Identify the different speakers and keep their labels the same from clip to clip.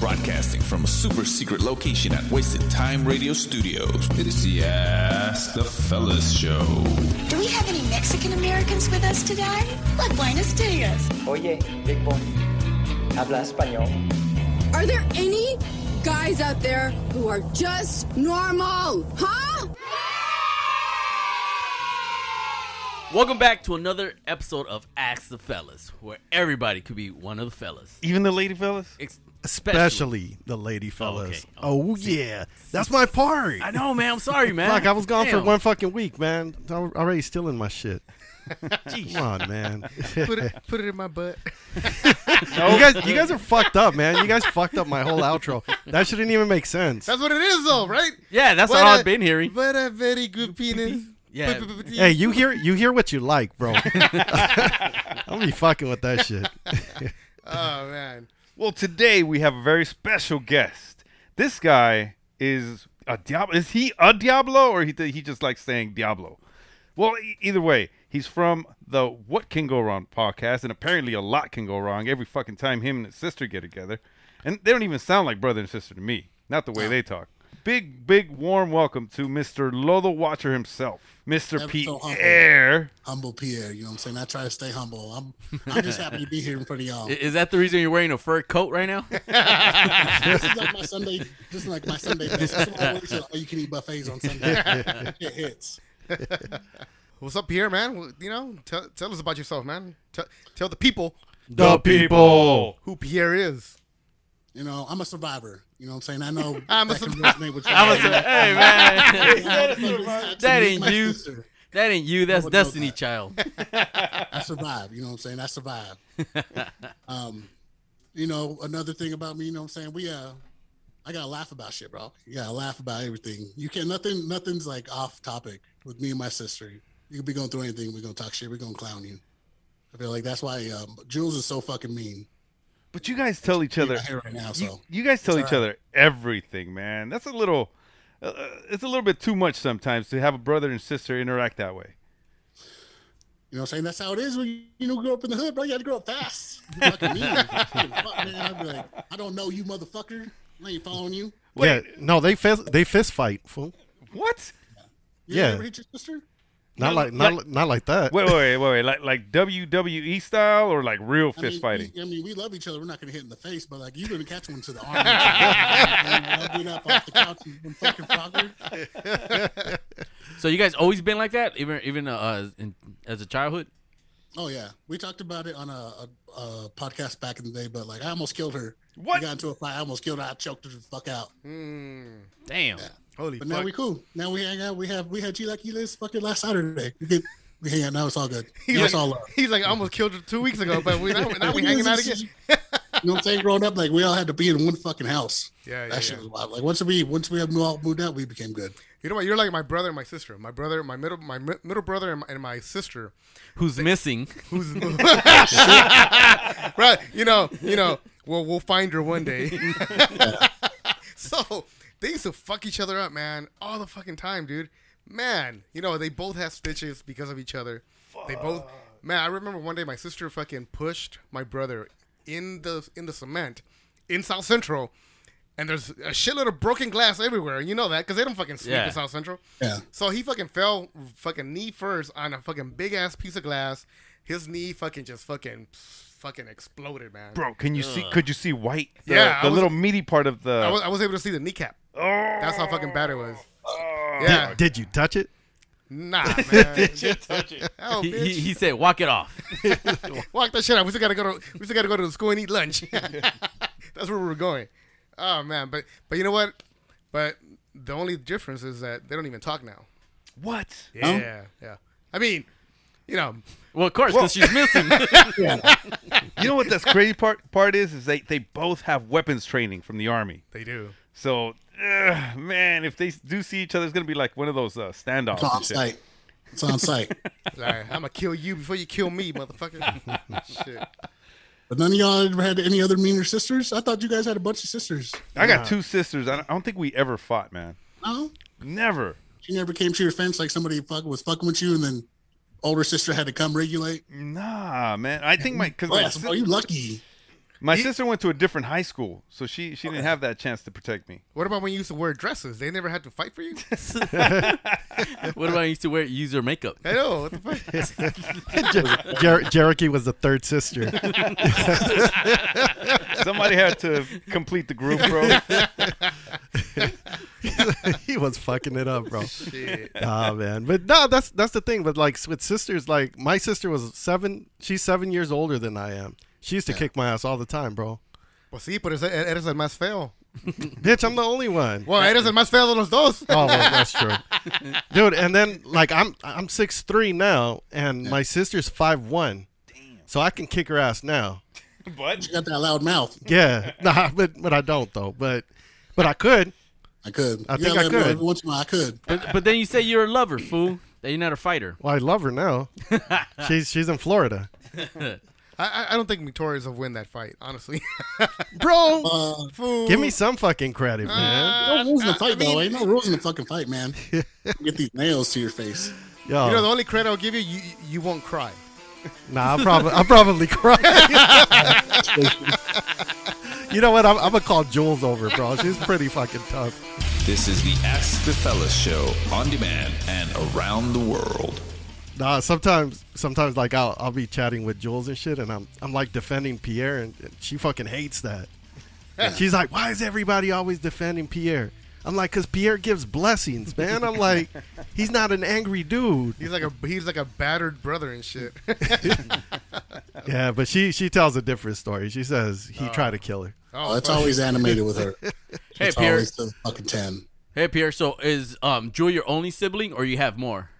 Speaker 1: broadcasting from a super secret location at Wasted Time Radio Studios. It is the Ask the Fellas Show.
Speaker 2: Do we have any Mexican Americans with us today? Like Buenos Dias.
Speaker 3: Oye, Big Boy, habla español.
Speaker 4: Are there any guys out there who are just normal? Huh?
Speaker 5: Welcome back to another episode of Ask the Fellas, where everybody could be one of the fellas.
Speaker 6: Even the lady fellas?
Speaker 5: Ex-
Speaker 7: Especially the lady fellas.
Speaker 5: Oh,
Speaker 7: Oh, yeah. That's my part.
Speaker 5: I know, man. I'm sorry, man.
Speaker 7: Fuck, I was gone
Speaker 5: Damn.
Speaker 7: for one fucking week, man. I'm already stealing my shit. Come on, man.
Speaker 8: put it put it in my butt.
Speaker 7: You guys, you guys are fucked up, man. You guys fucked up my whole outro. That shouldn't even make sense.
Speaker 8: That's what it is, though, right?
Speaker 5: Yeah, that's what
Speaker 8: What
Speaker 5: I've
Speaker 8: a-
Speaker 5: been hearing.
Speaker 8: But a very good penis.
Speaker 5: Yeah.
Speaker 7: Hey, you hear, you hear what you like, bro. I'm gonna be fucking with that shit.
Speaker 8: Oh man.
Speaker 6: Well, today we have a very special guest. This guy is a Diablo. Is he a Diablo or he, he just likes saying Diablo? Well, e- either way, he's from the What Can Go Wrong podcast, and apparently a lot can go wrong every fucking time him and his sister get together. And they don't even sound like brother and sister to me, not the way they talk. Big, big, warm welcome to Mr. Lolo Watcher himself, Mr.
Speaker 9: That's
Speaker 6: Pete
Speaker 9: so humble.
Speaker 6: Air.
Speaker 9: humble Pierre. You know what I'm saying? I try to stay humble. I'm I'm just happy to be here in front of y'all.
Speaker 5: I- Is that the reason you're wearing a fur coat right now?
Speaker 9: This is like my Sunday. This is like my Sunday. best. Somebody always says, oh, you can eat buffets on Sunday. it hits.
Speaker 8: What's up, Pierre, man? Well, You know, tell, tell us about yourself, man. Tell, tell the people
Speaker 7: The people.
Speaker 8: who Pierre is.
Speaker 9: You know, I'm a survivor. You know what I'm saying? I know
Speaker 8: I'm a
Speaker 9: that can
Speaker 8: survivor.
Speaker 9: resonate with
Speaker 5: I was
Speaker 9: y'all.
Speaker 5: like, hey, man. That
Speaker 9: That
Speaker 5: ain't you. That ain't you. That's
Speaker 9: would know
Speaker 5: Destiny
Speaker 9: that.
Speaker 5: Child.
Speaker 9: I survived. You know what I'm saying? I survived. um, you know, another thing about me, you know what I'm saying? We uh I gotta laugh about shit, bro. You gotta laugh about everything. You can nothing nothing's like off topic with me and my sister. You could be going through anything, we're gonna talk shit, we're gonna clown you. I feel like that's why um, Jules is so fucking mean.
Speaker 6: But you guys tell each other
Speaker 9: Not here right now,
Speaker 6: you,
Speaker 9: so
Speaker 6: you guys tell each other everything, man. That's a little, uh, it's a little bit too much sometimes to have a brother and sister interact that way.
Speaker 9: You know what I'm saying? That's how it is when you, you know grow up in the hood, bro. You gotta grow up fast. Fucking mean. Fuck, man. I'd be like, I don't know you motherfucker. I ain't following you.
Speaker 7: Yeah, no, they fist, they fist fight, fool.
Speaker 6: What?
Speaker 9: You
Speaker 7: Yeah.
Speaker 9: ever hit your sister?
Speaker 7: Not like, not, li- not like that.
Speaker 6: Wait, wait, wait, wait, wait. Like like WWE style or like real fist
Speaker 9: I mean,
Speaker 6: fighting?
Speaker 9: We, I mean, we love each other. We're not going to hit in the face, but like you're going to catch one to the arm. I'll get up off the couch and and fucking frogger.
Speaker 5: So you guys always been like that, even even uh, uh, in, as a childhood.
Speaker 9: Oh yeah, we talked about it on a, a, a podcast back in the day. But like, I almost killed her.
Speaker 6: What?
Speaker 9: We got into a fight. I almost killed her. I choked her the fuck out.
Speaker 5: Damn.
Speaker 8: Holy
Speaker 9: But
Speaker 8: Hmm. fuck.
Speaker 9: now we cool. Now we hang out. We have we had G like you list fucking last Saturday. We, get, we hang out. Now it's all good.
Speaker 8: he's,
Speaker 9: Now
Speaker 8: like,
Speaker 9: it's all love.
Speaker 8: he's like, I almost killed her two weeks ago, but we, now, now we hanging out again.
Speaker 9: you know what I'm saying? Growing up, like we all had to be in one fucking house.
Speaker 8: Yeah,
Speaker 9: that
Speaker 8: yeah,
Speaker 9: shit
Speaker 8: yeah.
Speaker 9: was wild. Like once we once we all moved out, we became good.
Speaker 8: You know what? You're like my brother and my sister. My brother, my middle, my mi- middle brother, and my, and my sister.
Speaker 5: Who's missing?
Speaker 8: Who's right? You know, you know. Well, we'll find her one day. so they used to fuck each other up, man, all the fucking time, dude. Man, you know they both have stitches because of each other. They both. Man, I remember one day my sister fucking pushed my brother in the in the cement in South Central, and there's a shitload of broken glass everywhere. You know that because they don't fucking sleep
Speaker 5: Yeah.
Speaker 8: in South Central.
Speaker 9: Yeah.
Speaker 8: So he fucking fell fucking knee first on a fucking big ass piece of glass. His knee fucking just fucking fucking exploded, man.
Speaker 6: Bro, can you see? Could you see white? The,
Speaker 8: Yeah, I
Speaker 6: the
Speaker 8: was-
Speaker 6: little meaty part of the.
Speaker 8: I was, I was able to see the kneecap.
Speaker 6: oh,
Speaker 8: That's how fucking bad it was.
Speaker 7: Did,
Speaker 8: Yeah.
Speaker 7: did you touch it?
Speaker 8: Nah, man. Oh,
Speaker 5: He, he,
Speaker 8: bitch.
Speaker 5: he said, "Walk it off."
Speaker 8: Walk that shit out. We still gotta go to we still gotta go to the school and eat lunch. That's where we were going. Oh man, but but you know what? But the only difference is that they don't even talk now.
Speaker 6: what?
Speaker 8: Yeah, yeah. I mean, you know,
Speaker 5: Well, of course, because she's missing.
Speaker 6: You know what? That's crazy part part is is they they both have weapons training from the army.
Speaker 8: they do.
Speaker 6: So ugh, man, if they do see each other, it's gonna be like one of those uh, standoffs.
Speaker 9: It's on
Speaker 6: and shit.
Speaker 9: site. It's on site.
Speaker 8: Sorry, I'm gonna kill you before you kill me, motherfucker. Shit.
Speaker 9: But none of y'all ever had any other meaner sisters? I thought you guys had a bunch of sisters.
Speaker 6: I got two sisters. I don't- I don't think we ever fought, man.
Speaker 9: No?
Speaker 6: Never.
Speaker 9: She never came to your fence like somebody fuck, was fucking with you and then older sister had to come regulate?
Speaker 5: Mm-hmm.
Speaker 6: Nah, man. I think my because my,
Speaker 9: Bless,
Speaker 6: sis-
Speaker 9: bro, you lucky.
Speaker 6: My sister went to a different high school, so she she didn't have that chance to protect me.
Speaker 8: What about when you used to wear dresses? They never had to fight for you.
Speaker 5: What about I used to wear user makeup?
Speaker 8: I know. What the fuck?
Speaker 7: Jer- Jericho was the third sister.
Speaker 6: Somebody had to complete the group, bro.
Speaker 7: he was fucking it up, bro.
Speaker 8: Shit.
Speaker 7: Ah man, but no, that's that's the thing. But like with sisters, like my sister was seven. She's seven years older than I am. She used to kick my ass all the time, bro.
Speaker 8: Well, sí, pero ese- eres el más feo.
Speaker 7: Bitch, I'm the only one.
Speaker 8: Well, eres el más feo de los dos.
Speaker 7: Oh, well, that's true, dude. And then like I'm I'm six three now, and my sister's five one. So I can kick her ass now.
Speaker 6: But
Speaker 9: You got that loud mouth.
Speaker 7: Yeah, nah, but but I don't though. But but I could.
Speaker 9: I could.
Speaker 7: I
Speaker 9: You
Speaker 7: think
Speaker 9: gotta
Speaker 7: I
Speaker 9: let me know
Speaker 7: could.
Speaker 9: Every once in a while, I could.
Speaker 5: But, but then you say you're a lover, fool. That you're not a fighter.
Speaker 7: Well, I love her now. she's she's in Florida,
Speaker 8: I, I- I don't think Torres will win that fight, honestly.
Speaker 7: bro.
Speaker 8: Fool. Uh,
Speaker 7: give me some fucking credit, man.
Speaker 9: No rules in the fight, though. Ain't no rules in the fucking fight, man. Get these nails to your face.
Speaker 7: Yo,
Speaker 8: You know, the only credit I'll give you, you, you won't cry.
Speaker 7: nah, I'll probably I'll probably cry. you know what? I'm, I'm gonna call Jules over, bro. She's pretty fucking tough.
Speaker 1: This is the Ask the Fellas show on demand and around the world.
Speaker 7: Nah, sometimes sometimes like I'll I'll be chatting with Jules and shit, and I'm I'm like defending Pierre, and, and she fucking hates that. She's like, why is everybody always defending Pierre? I'm like, cause Pierre gives blessings, man. I'm like, he's not an angry dude.
Speaker 8: He's like a he's like a battered brother and shit.
Speaker 7: Yeah, but she she tells a different story. She says he tried to kill her.
Speaker 9: Oh, it's always animated with her.
Speaker 5: Hey,
Speaker 9: It's
Speaker 5: Pierre.
Speaker 9: always the fucking ten.
Speaker 5: Hey, Pierre. So is um Jewel your only sibling, or you have more?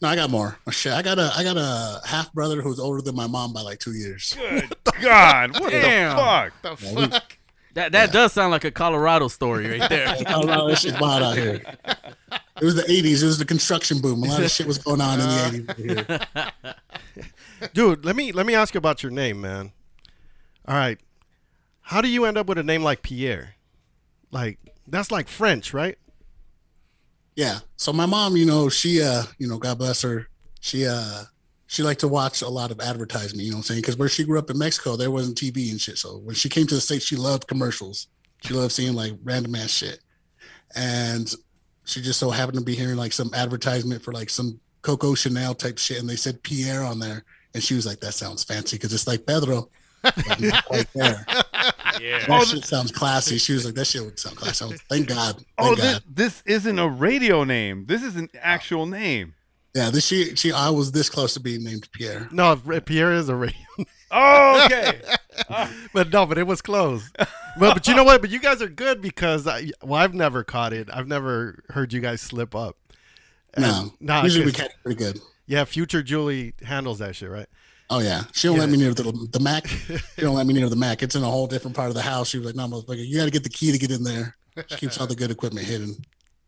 Speaker 9: No, I got more. Oh, shit, I got a I got a half brother who's older than my mom by like two years.
Speaker 6: God, what
Speaker 5: Damn.
Speaker 6: the fuck?
Speaker 8: the fuck?
Speaker 5: That that does sound like a Colorado story right there.
Speaker 9: I don't know, this shit's wild out here. It was the '80s. It was the construction boom. A lot of shit was going on in the '80s. out Here.
Speaker 7: Dude, let me let me ask you about your name, man. All right. How do you end up with a name like Pierre? Like that's like French, right?
Speaker 9: Yeah. So my mom, you know, she, uh, you know, God bless her. She, uh, she liked to watch a lot of advertisement. You know what I'm saying? Because where she grew up in Mexico, there wasn't TV and shit. So when she came to the states, she loved commercials. She loved seeing like random ass shit. And she just so happened to be hearing like some advertisement for like some Coco Chanel type shit, and they said Pierre on there, and she was like, "That sounds fancy because it's like Pedro." But not quite there. That shit sounds classy. She was like, "That shit would sound classy." I was- Thank God. Thank
Speaker 6: Oh,
Speaker 9: God. Ah.
Speaker 6: this, this isn't a radio name. This is an actual name.
Speaker 9: Yeah, this she she I was this close to being named Pierre.
Speaker 7: No, Pierre is a radio.
Speaker 6: Oh, okay.
Speaker 7: but no, but it was close. But but you know what? But you guys are good because I well, I've never caught it. I've never heard you guys slip up.
Speaker 9: No,
Speaker 7: nah,
Speaker 9: usually we
Speaker 7: 'cause-
Speaker 9: catch it pretty good.
Speaker 7: Yeah, future Julie handles that shit, right?
Speaker 9: Oh yeah, she don't let me near the the Mac. She don't let me near the Mac. It's in a whole different part of the house. She was like, "No, motherfucker, you got to get the key to get in there." She keeps all the good equipment hidden.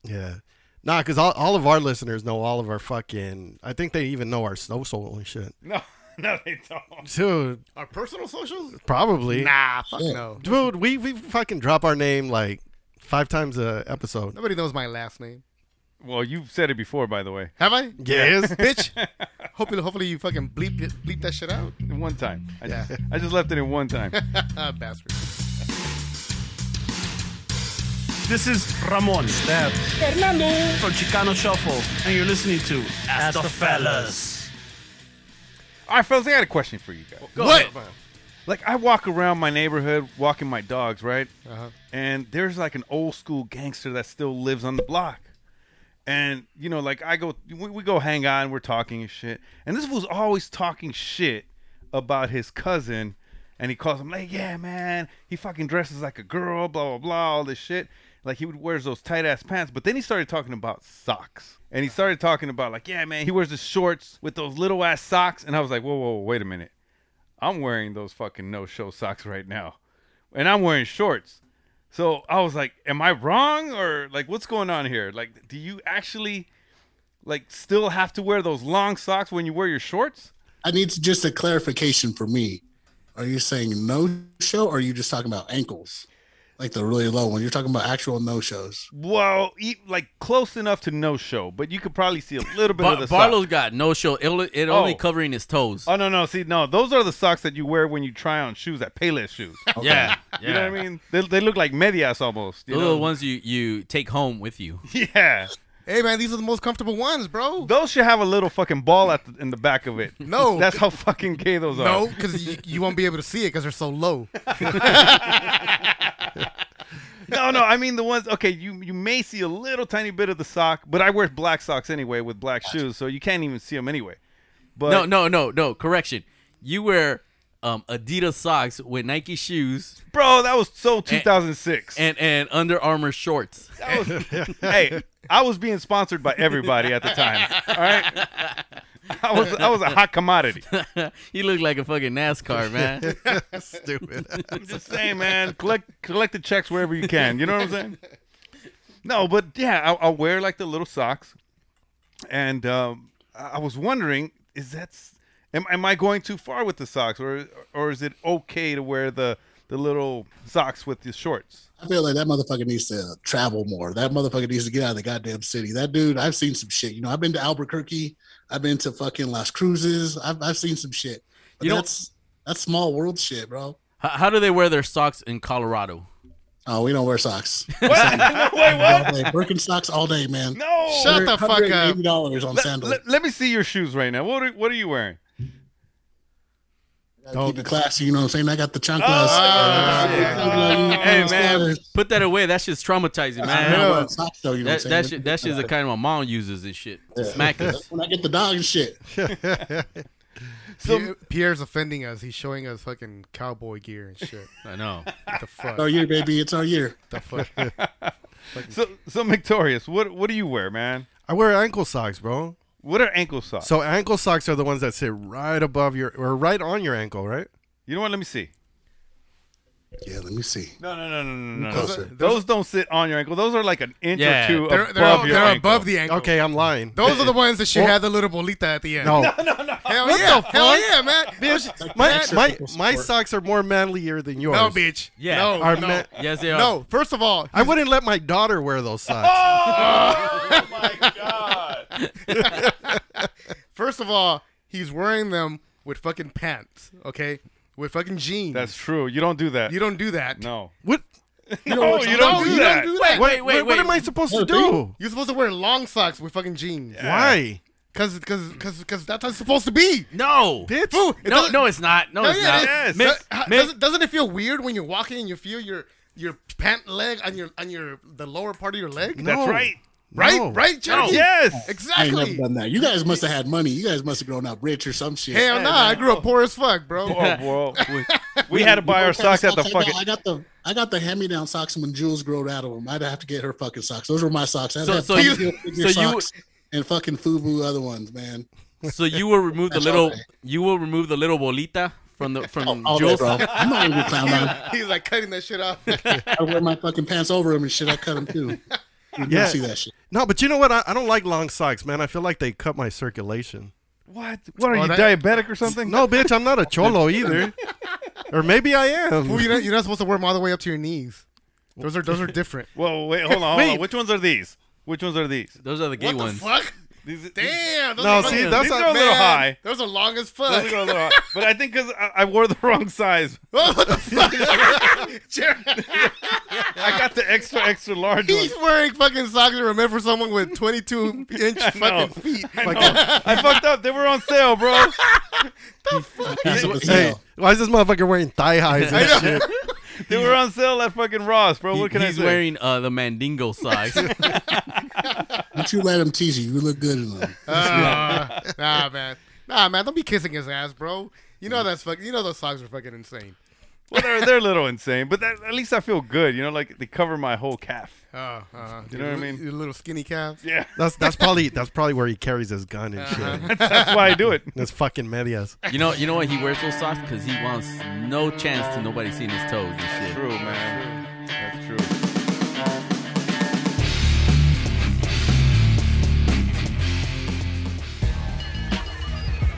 Speaker 7: Yeah. Nah, because all, all of our listeners know all of our fucking. I think they even know our snow soul and shit.
Speaker 6: No, no, they don't.
Speaker 7: Dude,
Speaker 8: Our personal socials?
Speaker 7: probably.
Speaker 8: Nah, fuck no.
Speaker 7: Dude, we, we fucking drop our name like five times a episode.
Speaker 8: Nobody knows my last name.
Speaker 6: Well, you've said it before, by the way.
Speaker 8: Have I?
Speaker 7: Yes.
Speaker 8: Bitch. hopefully, hopefully you fucking bleep it, bleep that shit out.
Speaker 6: One time. I, just, I just left it in one time.
Speaker 8: Ah, bastard.
Speaker 10: This is Ramon. That. Fernando. From Chicano Shuffle. And you're listening to Ask, the, Fellas.
Speaker 6: All right, fellas, I got a question for you guys.
Speaker 5: What?
Speaker 6: Like, I walk around my neighborhood walking my dogs, right? And there's like an old school gangster that still lives on the block. And, you know, like, I go, we, we go hang on, we're talking and shit. And this fool's always talking shit about his cousin. And he calls him, like, yeah, man, he fucking dresses like a girl, blah, blah, blah, all this shit. Like, he wears those tight ass pants. But then he started talking about socks. And he started talking about, like, yeah, man, he wears the shorts with those little ass socks. And I was like, whoa, whoa, wait a minute. I'm wearing those fucking no show socks right now. And I'm wearing shorts. So I was like, am I wrong or like what's going on here? Like do you actually like still have to wear those long socks when you wear your shorts?
Speaker 9: I need to- just a clarification for me. Are you saying no show, or are you just talking about ankles? Like the really low one. You're talking about actual no shows.
Speaker 6: Well, e- like close enough to no show, but you could probably see a little bit of
Speaker 5: Bar-
Speaker 6: the
Speaker 5: Barlow's
Speaker 6: socks.
Speaker 5: got no show. It, only- it only
Speaker 6: Oh.
Speaker 5: covering his toes.
Speaker 6: Oh no, no, see, no, those are the socks that you wear when you try on shoes at Payless shoes.
Speaker 5: Yeah, yeah.
Speaker 6: You know what I mean? They, they look like medias almost. You
Speaker 5: Those are
Speaker 6: know?
Speaker 5: the ones you you take home with you.
Speaker 6: Yeah,
Speaker 8: Hey man, these are the most comfortable ones, bro.
Speaker 6: those should have a little fucking ball at the, in the back of it.
Speaker 8: No.
Speaker 6: that's how fucking gay those are.
Speaker 8: No, because you, you won't be able to see it because they're so low.
Speaker 6: no, no. I mean the ones. Okay, you you may see a little tiny bit of the sock, but I wear black socks anyway with black shoes, so you can't even see them anyway. But
Speaker 5: No, no, no, no. Correction. You wear um, Adidas socks with Nike shoes
Speaker 6: bro, that was so 2006.
Speaker 5: and and Under Armour shorts.
Speaker 6: hey, I was being sponsored by everybody at the time. All right, I was I was a hot commodity.
Speaker 5: you look like a fucking NASCAR man.
Speaker 7: Stupid.
Speaker 6: I'm just saying, man. Collect collect the checks wherever you can. You know what I'm saying? No, but yeah, I'll, I'll wear like the little socks, and um, I I was wondering, is that s- am, am I going too far with the socks, or or is it okay to wear the the little socks with the shorts?
Speaker 9: I feel like that motherfucker needs to travel more. That motherfucker needs to get out of the goddamn city. That dude, I've seen some shit. You know, I've been to Albuquerque. I've been to fucking Las Cruces. I've, I've seen some shit. But
Speaker 5: You know-
Speaker 9: that's that's small world shit, bro.
Speaker 5: how, how do they wear their socks in Colorado?
Speaker 9: Oh, we don't wear socks.
Speaker 6: What? No, wait,
Speaker 9: All
Speaker 6: what?
Speaker 9: day. Birkenstocks all day, man.
Speaker 6: No.
Speaker 8: Shut the fuck up.
Speaker 9: dollars on
Speaker 6: Let,
Speaker 9: sandals.
Speaker 6: let- let me see your shoes right now. What are, what are you wearing?
Speaker 9: Gotta Keep it classy, you know what I'm saying? I got the chanclas.
Speaker 6: Oh,
Speaker 8: Uh,
Speaker 6: Hey, man.
Speaker 5: Put that away. That shit's traumatizing,
Speaker 9: I don't
Speaker 5: man.
Speaker 9: wear socks though, you know
Speaker 5: That
Speaker 9: what I'm
Speaker 5: that
Speaker 9: saying?
Speaker 5: shit, that shit's the kind of my mom uses this shit. to Smack us.
Speaker 9: when I get the dog and shit.
Speaker 8: Pierre, Pierre's offending us. He's showing us fucking cowboy gear and shit.
Speaker 5: I know.
Speaker 8: What the fuck?
Speaker 9: Our year, baby. It's our year.
Speaker 8: the fuck?
Speaker 6: So so Victorious, what what do you wear, man?
Speaker 7: I wear ankle socks, bro.
Speaker 6: What are ankle socks?
Speaker 7: So ankle socks are the ones that sit right above your or right on your ankle, right?
Speaker 6: you know what? Let me see.
Speaker 9: Yeah, let me see.
Speaker 6: No, no, no, no, no, no, no.
Speaker 9: Closer.
Speaker 6: Those don't sit on your ankle. Those are like an inch
Speaker 5: Yeah,
Speaker 6: or 2
Speaker 8: They're,
Speaker 6: above
Speaker 8: they're, all-
Speaker 6: your
Speaker 8: they're
Speaker 6: ankle.
Speaker 8: above the ankle.
Speaker 7: Okay, I'm lying.
Speaker 8: Those are the ones that she had the little bolita at the end.
Speaker 7: No,
Speaker 8: Hell yeah. Hell yeah, man. Bitch.
Speaker 7: my
Speaker 9: Extra
Speaker 7: my
Speaker 9: people
Speaker 7: my
Speaker 9: support.
Speaker 7: socks are more manlier than yours.
Speaker 8: No, bitch.
Speaker 5: Yeah.
Speaker 8: No.
Speaker 7: Our
Speaker 8: no.
Speaker 7: ma-
Speaker 5: Yes, they are.
Speaker 8: no. First of all,
Speaker 7: I wouldn't let my daughter wear those socks.
Speaker 6: Oh,
Speaker 8: first of all, he's wearing them with fucking pants. Okay, with fucking jeans.
Speaker 6: That's true. You don't do that.
Speaker 8: you don't do that.
Speaker 6: No.
Speaker 7: What? Oh,
Speaker 6: No, you don't do
Speaker 8: Oh, you
Speaker 6: that.
Speaker 8: don't do
Speaker 5: Wait,
Speaker 8: that.
Speaker 5: wait, wait,
Speaker 7: what, what
Speaker 5: wait.
Speaker 7: am I supposed to
Speaker 9: What,
Speaker 7: do?
Speaker 8: You're supposed to wear long socks with fucking jeans.
Speaker 7: Why?
Speaker 8: Cause, cause, cause, cause that's how it's supposed to be.
Speaker 5: No.
Speaker 7: Bitch.
Speaker 8: Fool, it
Speaker 5: No,
Speaker 8: doesn't-
Speaker 5: no, it's not. No,
Speaker 8: Hell
Speaker 5: it's
Speaker 8: yeah,
Speaker 5: not.
Speaker 8: it
Speaker 6: Yes.
Speaker 8: is.
Speaker 5: Make-
Speaker 8: Does- how-
Speaker 5: make-
Speaker 8: doesn't, doesn't it feel weird when you're walking and you feel your your pant leg on your on your the lower part of your leg?
Speaker 7: No.
Speaker 6: That's right.
Speaker 8: Right,
Speaker 7: No.
Speaker 8: right, Jeremy?
Speaker 6: Yes.
Speaker 9: I ain't never
Speaker 8: exactly.
Speaker 9: done that. You guys must have had money. You guys must have grown up rich or some shit.
Speaker 8: Hell nah, I grew up poor as fuck, bro.
Speaker 6: Oh, bro. We, we had to buy our socks at the
Speaker 9: I got-
Speaker 6: fucking.
Speaker 9: I got the I got the hand me down socks when Jules grew out of them. I'd have to get her fucking socks. Those were my socks. I'd
Speaker 5: So-
Speaker 9: have
Speaker 5: so
Speaker 9: Peter
Speaker 5: you-
Speaker 9: Hill figure
Speaker 5: so you-
Speaker 9: socks and fucking FUBU other ones, man.
Speaker 5: So you will remove the
Speaker 9: That's
Speaker 5: little
Speaker 9: okay.
Speaker 5: you will remove the little bolita from the from
Speaker 9: All day,
Speaker 5: Oh, Jules.
Speaker 9: bro. I'm not even a clown on.
Speaker 8: He's like cutting that shit off.
Speaker 9: I wear my fucking pants over them and shit. I cut them too. You
Speaker 7: Yeah.
Speaker 9: yeah. see that shit.
Speaker 7: No, but you know what? I, I don't like long socks, man. I feel like they cut my circulation.
Speaker 6: What? What are
Speaker 8: Oh,
Speaker 6: you,
Speaker 8: that-
Speaker 6: diabetic or something?
Speaker 7: No, bitch, I'm not a cholo either. Or maybe I
Speaker 8: Fool,
Speaker 7: am.
Speaker 8: you're, not, you're not supposed to wear them all the way up to your knees. Those are those are different.
Speaker 6: Whoa, wait, hold on, hold on.
Speaker 7: Wait.
Speaker 6: Which ones are these? Which ones are these?
Speaker 5: Those are the gay
Speaker 8: what
Speaker 5: ones.
Speaker 8: the fuck?
Speaker 6: These,
Speaker 8: Damn. Those
Speaker 7: No,
Speaker 8: are
Speaker 7: see,
Speaker 8: fucking-
Speaker 7: that's
Speaker 6: these
Speaker 7: a-
Speaker 6: are a little
Speaker 8: man,
Speaker 6: high.
Speaker 8: Those are long as
Speaker 6: Those are a
Speaker 8: fuck.
Speaker 6: little high. But I think because I, I wore the wrong size,
Speaker 8: what the fuck? Jeremy,
Speaker 6: I got the extra extra large one.
Speaker 8: he's wearing fucking socks to remember someone with 22 inch
Speaker 6: know.
Speaker 8: fucking feet.
Speaker 6: No, I fucked up. They were on sale, bro.
Speaker 9: Piece of a
Speaker 7: Hey,
Speaker 9: sale.
Speaker 7: why is this motherfucker wearing thigh highs and shit?
Speaker 6: They were on sale at fucking Ross, bro.
Speaker 5: He-
Speaker 6: What can
Speaker 5: he's
Speaker 6: I say?
Speaker 5: wearing uh, the mandingo socks.
Speaker 9: Don't you let them tease you. You look good in them.
Speaker 8: Uh, nah, man. Nah, man. Don't be kissing his ass, bro. You know that's fucking. You know those socks are fucking insane.
Speaker 6: Well, they're, they're a little insane, but that, at least I feel good. You know, like they cover my whole calf.
Speaker 8: Oh, uh,
Speaker 6: You know what uh-huh. I mean?
Speaker 8: Your little skinny calves.
Speaker 6: Yeah, Uh-huh.
Speaker 7: That's that's probably that's probably where he carries his gun and shit.
Speaker 6: that's why I do it.
Speaker 7: That's fucking medias.
Speaker 5: you know, you know why he wears those socks? Because he wants no chance to nobody seeing his toes and shit.
Speaker 6: True, man. That's true.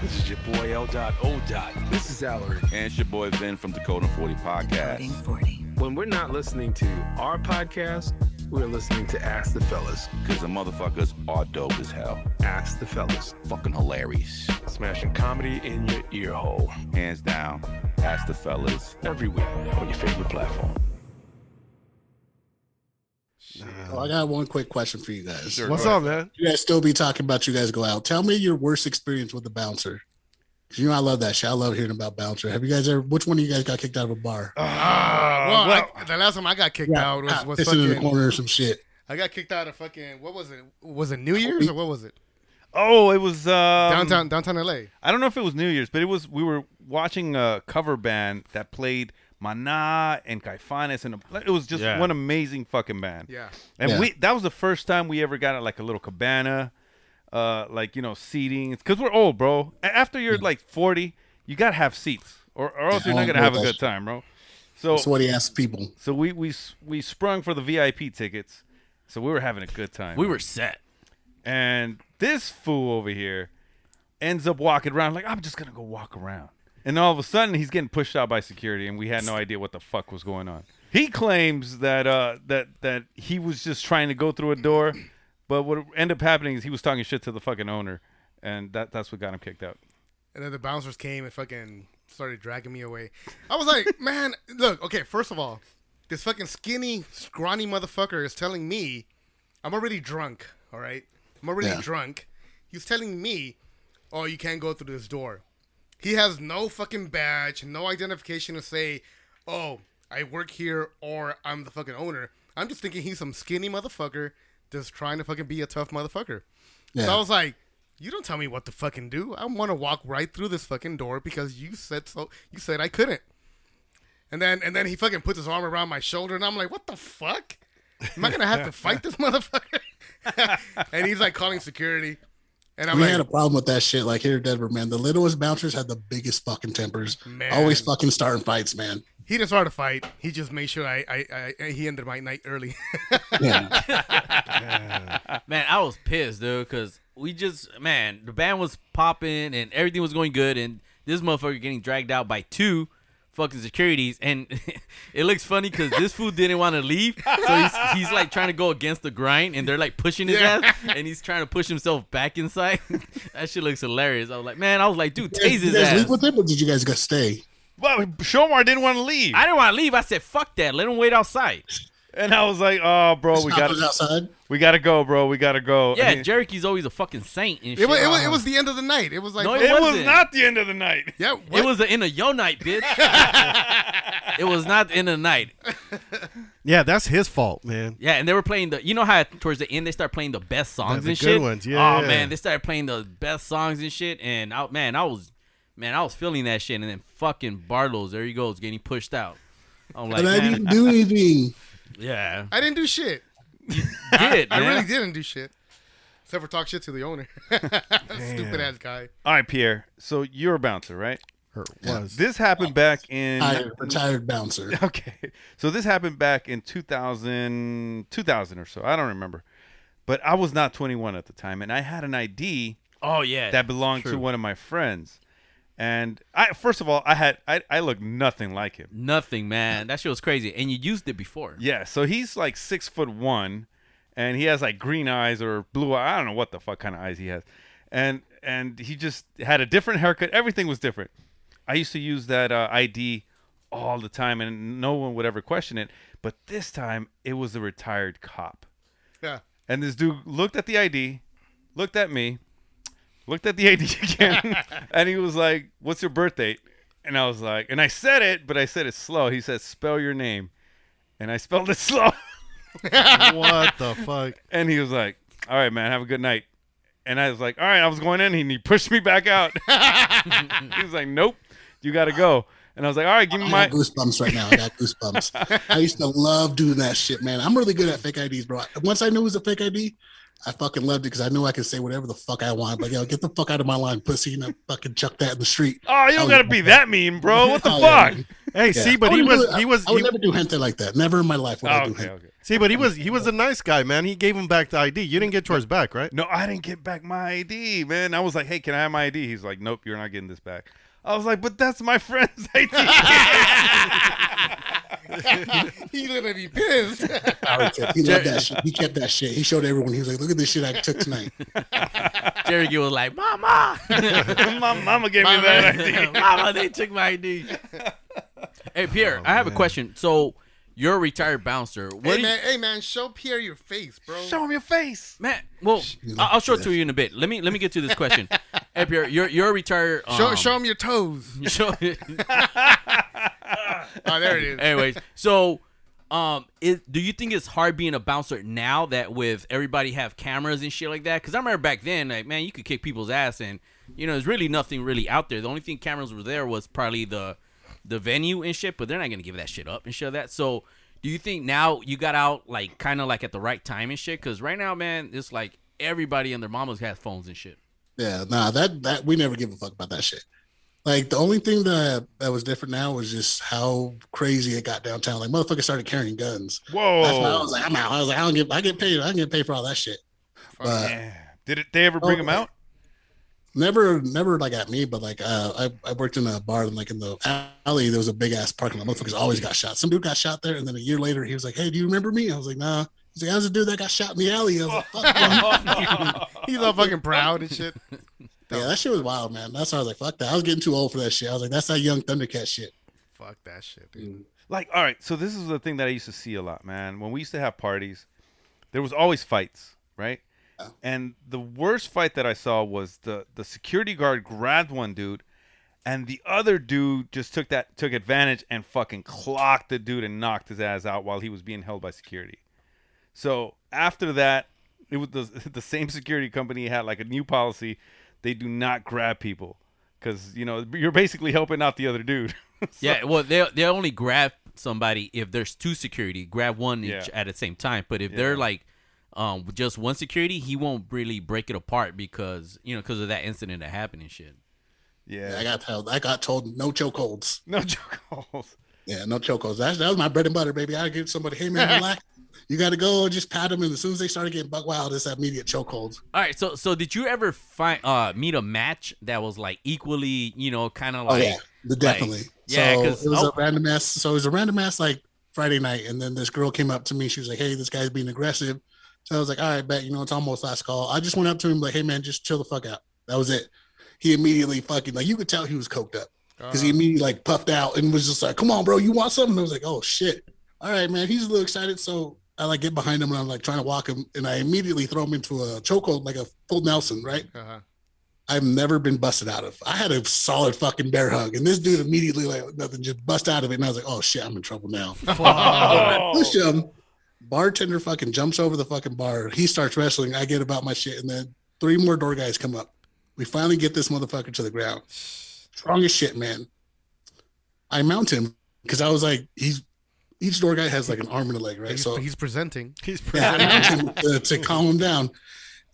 Speaker 1: This is your boy L. Dot O. Dot. This is Alaric. And it's your boy Ben from Dakota 40 Podcast.
Speaker 2: 40.
Speaker 10: When we're not listening to our podcast, we're listening to Ask the Fellas.
Speaker 11: Because the motherfuckers are dope as hell.
Speaker 10: Ask the Fellas.
Speaker 11: Fucking hilarious.
Speaker 10: Smashing comedy in your ear hole
Speaker 11: Hands down. Ask the fellas.
Speaker 10: every week on your favorite platform.
Speaker 9: Oh, I got one quick question for you guys.
Speaker 12: What's up, man?
Speaker 9: You guys still be talking about you guys go out. Tell me your worst experience with the bouncer. 'Cause You know I love that shit. I love hearing about bouncer. Have you guys ever? Which one of you guys got kicked out of a bar?
Speaker 7: well, I, the last time I got kicked out Uh, was,
Speaker 9: Ah,
Speaker 7: was
Speaker 9: pissing in the
Speaker 7: fucking.
Speaker 9: corner or some shit.
Speaker 7: I got kicked out of fucking. What was it? Was it New Year's or what was it?
Speaker 6: Oh, it was um,
Speaker 7: Downtown, downtown LA.
Speaker 6: I don't know if it was New Year's, but it was. We were watching a cover band that played Maná and Caifanes, and a- it was just
Speaker 12: Yeah.
Speaker 6: one amazing fucking band.
Speaker 7: Yeah.
Speaker 6: and
Speaker 9: Yeah.
Speaker 6: we that was the first time we ever got at like a little cabana, uh, like you know seating, because we're old, bro. A- After you're like forty, you gotta have seats, or, or else
Speaker 9: Yeah,
Speaker 6: you're not
Speaker 9: I'm
Speaker 6: gonna have a
Speaker 9: with
Speaker 6: good
Speaker 9: us.
Speaker 6: time, bro.
Speaker 7: Oh.
Speaker 6: So
Speaker 9: Sweaty ass people.
Speaker 6: so we we s- we sprung for the VIP tickets, so we were having a good time.
Speaker 5: We were set.
Speaker 6: And this fool over here ends up walking around like I'm just gonna go walk around. And all of a sudden he's getting pushed out by security and we had no idea what the fuck was going on. He claims that uh that that he was just trying to go through a door, but what ended up happening is he was talking shit to the fucking owner and that that's what got him kicked out.
Speaker 7: And then the bouncers came and fucking started dragging me away. I was like, man, look, okay, first of all, this fucking skinny, scrawny motherfucker is telling me I'm already drunk, all right? I'm already
Speaker 9: Yeah.
Speaker 7: drunk. He's telling me, oh, you can't go through this door. He has no fucking badge, no identification to say, oh, I work here or I'm the fucking owner. I'm just thinking he's some skinny motherfucker just trying to fucking be a tough motherfucker. So
Speaker 9: Yeah.
Speaker 7: I was like, you don't tell me what to fucking do. I want to walk right through this fucking door because you said so. You said I couldn't. And then and then he fucking puts his arm around my shoulder and I'm like, what the fuck? Am I gonna have to fight this motherfucker? and he's like calling security. And I'm
Speaker 9: we
Speaker 7: like,
Speaker 9: had a problem with that shit. Like here in Denver, man, the littlest bouncers had the biggest fucking tempers.
Speaker 7: Man.
Speaker 9: Always fucking starting fights, man.
Speaker 7: he didn't start a fight. He just made sure I, I, I he ended my night early.
Speaker 9: Yeah.
Speaker 5: Man, I was pissed, dude, because we just, man, the band was popping and everything was going good, and this motherfucker getting dragged out by two fucking securities. And it looks funny because this fool didn't want to leave. So he's, he's like trying to go against the grind, and they're like pushing his ass, and he's trying to push himself back inside. that shit looks hilarious. I was like, man, I was like, dude, tase
Speaker 9: Did you
Speaker 5: his
Speaker 9: guys
Speaker 5: ass.
Speaker 9: leave with him or did you guys go stay?
Speaker 6: Well, Shomar didn't want to leave.
Speaker 5: I didn't want to leave. I said, fuck that. Let him wait outside.
Speaker 6: and I was like, "Oh, bro, we
Speaker 9: Stop
Speaker 6: got
Speaker 9: us
Speaker 6: to
Speaker 9: outside.
Speaker 6: we got to go, bro. We got to go."
Speaker 5: Yeah,
Speaker 6: And he-
Speaker 5: Jericho's always a fucking saint and shit.
Speaker 7: it, was, it was it was the end of the night. It was like
Speaker 5: No,
Speaker 7: what-
Speaker 5: it
Speaker 6: it was
Speaker 5: wasn't.
Speaker 6: not the end of the night.
Speaker 7: yeah,
Speaker 5: It
Speaker 7: what?
Speaker 5: was the end of your night, bitch. it was not the end of the night.
Speaker 12: Yeah, that's his fault, man.
Speaker 5: Yeah, and they were playing the. You know how towards the end they start playing the best songs
Speaker 12: the
Speaker 5: and
Speaker 12: good
Speaker 5: shit.
Speaker 12: ones,
Speaker 5: Oh
Speaker 12: yeah.
Speaker 5: man, they started playing the best songs and shit, and I, man, I was, man, I was feeling that shit, and then fucking Bartles, there he goes, getting pushed out. I'm like,
Speaker 9: But I
Speaker 5: man,
Speaker 9: didn't do anything.
Speaker 5: yeah,
Speaker 7: I didn't do shit.
Speaker 5: did
Speaker 7: I
Speaker 5: man.
Speaker 7: really didn't do shit. Except for talk shit to the owner. Stupid ass guy.
Speaker 6: All right, Pierre. So you're a bouncer, right?
Speaker 12: Or was.
Speaker 6: This happened back in
Speaker 9: Tired, retired bouncer.
Speaker 6: okay. So this happened back in 2000, 2000 or so. I don't remember, but I was not 21 at the time, and I had an ID
Speaker 5: Oh yeah,
Speaker 6: that belonged to one of my friends. And I, first of all, I had I, I looked nothing like him.
Speaker 5: nothing, man. That shit was crazy, and you used it before.
Speaker 6: Yeah, so he's like six foot one, and he has like green eyes or blue. Eye. I don't know what the fuck kind of eyes he has, and and he just had a different haircut. Everything was different. I used to use that uh, ID all the time, and no one would ever question it. But this time, it was a retired cop,
Speaker 7: Yeah.
Speaker 6: and this dude looked at the ID, looked at me, looked at the ID again, and he was like, "What's your birth date?" And I was like, and I said it, but I said it slow. He said, "Spell your name," and I spelled it slow.
Speaker 12: what the fuck?
Speaker 6: And he was like, "All right, man, have a good night." And I was like, "All right," I was going in, and he pushed me back out. he was like, "Nope, you got to go." And I was like, "All right, give me
Speaker 9: I
Speaker 6: my."
Speaker 9: got goosebumps right now. I got goosebumps. I used to love doing that shit, man. I'm really good at fake IDs, bro. Once I knew it was a fake ID, I fucking loved it because I knew I could say whatever the fuck I wanted. Like, yo, get the fuck out of my line, pussy, and I fucking chuck that in the street.
Speaker 6: Oh, you don't
Speaker 9: was-
Speaker 6: gotta be that mean, bro. What the
Speaker 9: Oh, yeah.
Speaker 6: fuck?
Speaker 12: Hey, see,
Speaker 8: Oh,
Speaker 12: but
Speaker 9: I
Speaker 12: he
Speaker 9: wouldn't
Speaker 12: was
Speaker 9: do it.
Speaker 12: he was
Speaker 9: I would
Speaker 12: he,
Speaker 9: never do gente like that. Never in my life would I
Speaker 6: Oh,
Speaker 9: do
Speaker 6: okay,
Speaker 9: gente.
Speaker 6: okay.
Speaker 12: see, but he was he was a nice guy, man. He gave him back the ID. You didn't get yours back, right?
Speaker 6: No, I didn't get back my ID, man. I was like, "Hey, can I have my ID?" He's like, "Nope, you're not getting this back." I was like, "But that's my friend's ID."
Speaker 8: He's gonna be pissed.
Speaker 9: Howard kept, he loved that shit. He kept that shit. He showed everyone. He was like, "Look at this shit I took tonight."
Speaker 5: Jerry Gill was like, "Mama,
Speaker 6: My mama gave me that idea.
Speaker 5: Mama, they took my ID." hey Pierre, I have a question. So you're a retired bouncer. What
Speaker 8: Oh, hey
Speaker 5: do you,
Speaker 8: man, hey man, show Pierre your face, bro.
Speaker 6: Show him your face.
Speaker 5: man? Well, I- I'll show it to you in a bit. Let me let me get to this question. hey Pierre, you're you're a retired. Um,
Speaker 8: Show, show him your toes.
Speaker 5: show-
Speaker 8: Oh, there it is.
Speaker 5: anyways, so um, is, do you think it's hard being a bouncer now that with everybody have cameras and shit like that? Because I remember back then, like man, you could kick people's ass, and you know, there's really nothing really out there. The only thing cameras were there was probably the the venue and shit, but they're not gonna give that shit up and shit like that. So, do you think now you got out like kind of like at the right time and shit? Because right now, man, it's like everybody and their mamas has phones and shit.
Speaker 9: Yeah, nah, that that we never give a fuck about that shit. Like the only thing that that was different now was just how crazy it got downtown. Like motherfuckers started carrying guns. That's why I
Speaker 6: Whoa.
Speaker 9: was like, I'm out. I was like, I don't get, I get paid. I don't get paid for all that shit. But
Speaker 6: Did it, they ever
Speaker 9: oh,
Speaker 6: bring him out?
Speaker 9: never, never like at me. But like, uh, I, I worked in a bar and like in the alley, there was a big ass parking lot. Motherfuckers always got shot. Some dude got shot there, and then a year later, he was like, Hey, do you remember me? I was like, Nah. He's like, How's the dude that got shot in the alley? I was like, Fuck. oh,
Speaker 8: He's
Speaker 9: uh,
Speaker 8: all fucking proud and shit.
Speaker 9: Yeah, that shit was wild, man. That's why I was like, fuck that. I was getting too old for that shit. I was like, that's that young Thundercat shit.
Speaker 8: Fuck that shit,
Speaker 9: Mm.
Speaker 8: dude.
Speaker 6: Like, all right, so this is the thing that I used to see a lot, man. When we used to have parties, there was always fights, right? And the worst fight that I saw was the the security guard grabbed one dude, and the other dude just took that took advantage and fucking clocked the dude and knocked his ass out while he was being held by security. So after that, it was the, the same security company had like a new policy: they do not grab people because you know you're basically helping out the other dude. So-
Speaker 5: Yeah, well, they they only grab somebody if there's two security. Grab one
Speaker 6: Yeah.
Speaker 5: each at the same time. But if they're like um just one security, he won't really break it apart because you know because of that incident that happened and shit.
Speaker 6: yeah.
Speaker 9: I got told I got told no chokeholds.
Speaker 6: No joke holes.
Speaker 9: Yeah, no chokeholds. That's that was my bread and butter, baby. I get somebody, hey man, relax. You gotta go and just pat them and as soon as they started getting buck wild, it's immediate chokeholds.
Speaker 5: All right, so so did you ever find uh meet a match that was like equally you know kind of
Speaker 9: Oh
Speaker 5: like
Speaker 9: yeah. the- Definitely.
Speaker 5: yeah,
Speaker 9: so
Speaker 5: 'cause-
Speaker 9: it was
Speaker 5: oh.
Speaker 9: a random ass so it was a random ass like Friday night, and then this girl came up to me, she was like, Hey, this guy's being aggressive. So I was like, All right, bet, you know, it's almost last call. I just went up to him like, hey man, just chill the fuck out. That was it. He immediately fucking like you could tell he was coked up. because
Speaker 7: Uh-huh.
Speaker 9: he immediately like puffed out and was just like, "Come on, bro, you want something?" I was like, "Oh shit, all right, man." He's a little excited, so I like get behind him and I'm like trying to walk him, and I immediately throw him into a chokehold like a full Nelson. Right?
Speaker 8: Uh-huh.
Speaker 9: I've never been busted out of. I had a solid fucking bear hug, and this dude immediately like nothing, just bust out of it, and I was like, "Oh shit, I'm in trouble now." Push him. Bartender fucking jumps over the fucking bar. He starts wrestling. I get about my shit, and then three more door guys come up. We finally get this motherfucker to the ground. Strong as shit, man. I mount him because I was like, he's each door guy has like an arm and a leg, right?
Speaker 8: He's,
Speaker 9: so
Speaker 8: he's presenting.
Speaker 7: He's
Speaker 9: yeah,
Speaker 7: pretty.
Speaker 9: I mount him to, to calm him down,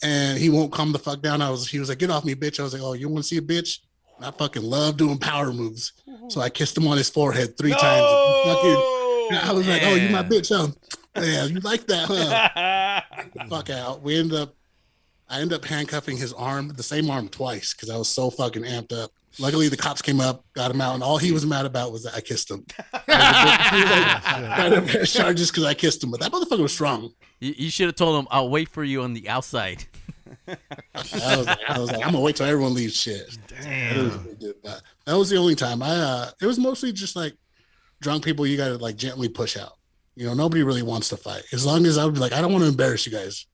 Speaker 9: and he won't calm the fuck down. I was, he was like, get off me, bitch. I was like, oh, you want to see a bitch? And I fucking love doing power moves, so I kissed him on his forehead three times. Fucking- I was like, oh, you
Speaker 5: Yeah.
Speaker 9: my bitch, huh? Yeah, you like that, huh? the fuck out. We end up, I end up handcuffing his arm, the same arm twice, because I was so fucking amped up. Luckily, the cops came up, got him out, and all he was mad about was that I kissed him. Got him charges because I kissed him, but that motherfucker was strong.
Speaker 5: You, you should have told him I'll wait for you on the outside.
Speaker 9: I was, like, I was like, I'm gonna wait till everyone leaves. Shit. Damn. That was the only time. I uh, it was mostly just like drunk people. You gotta like gently push out. You know, nobody really wants to fight. As long as I would be like, I don't want to embarrass you guys.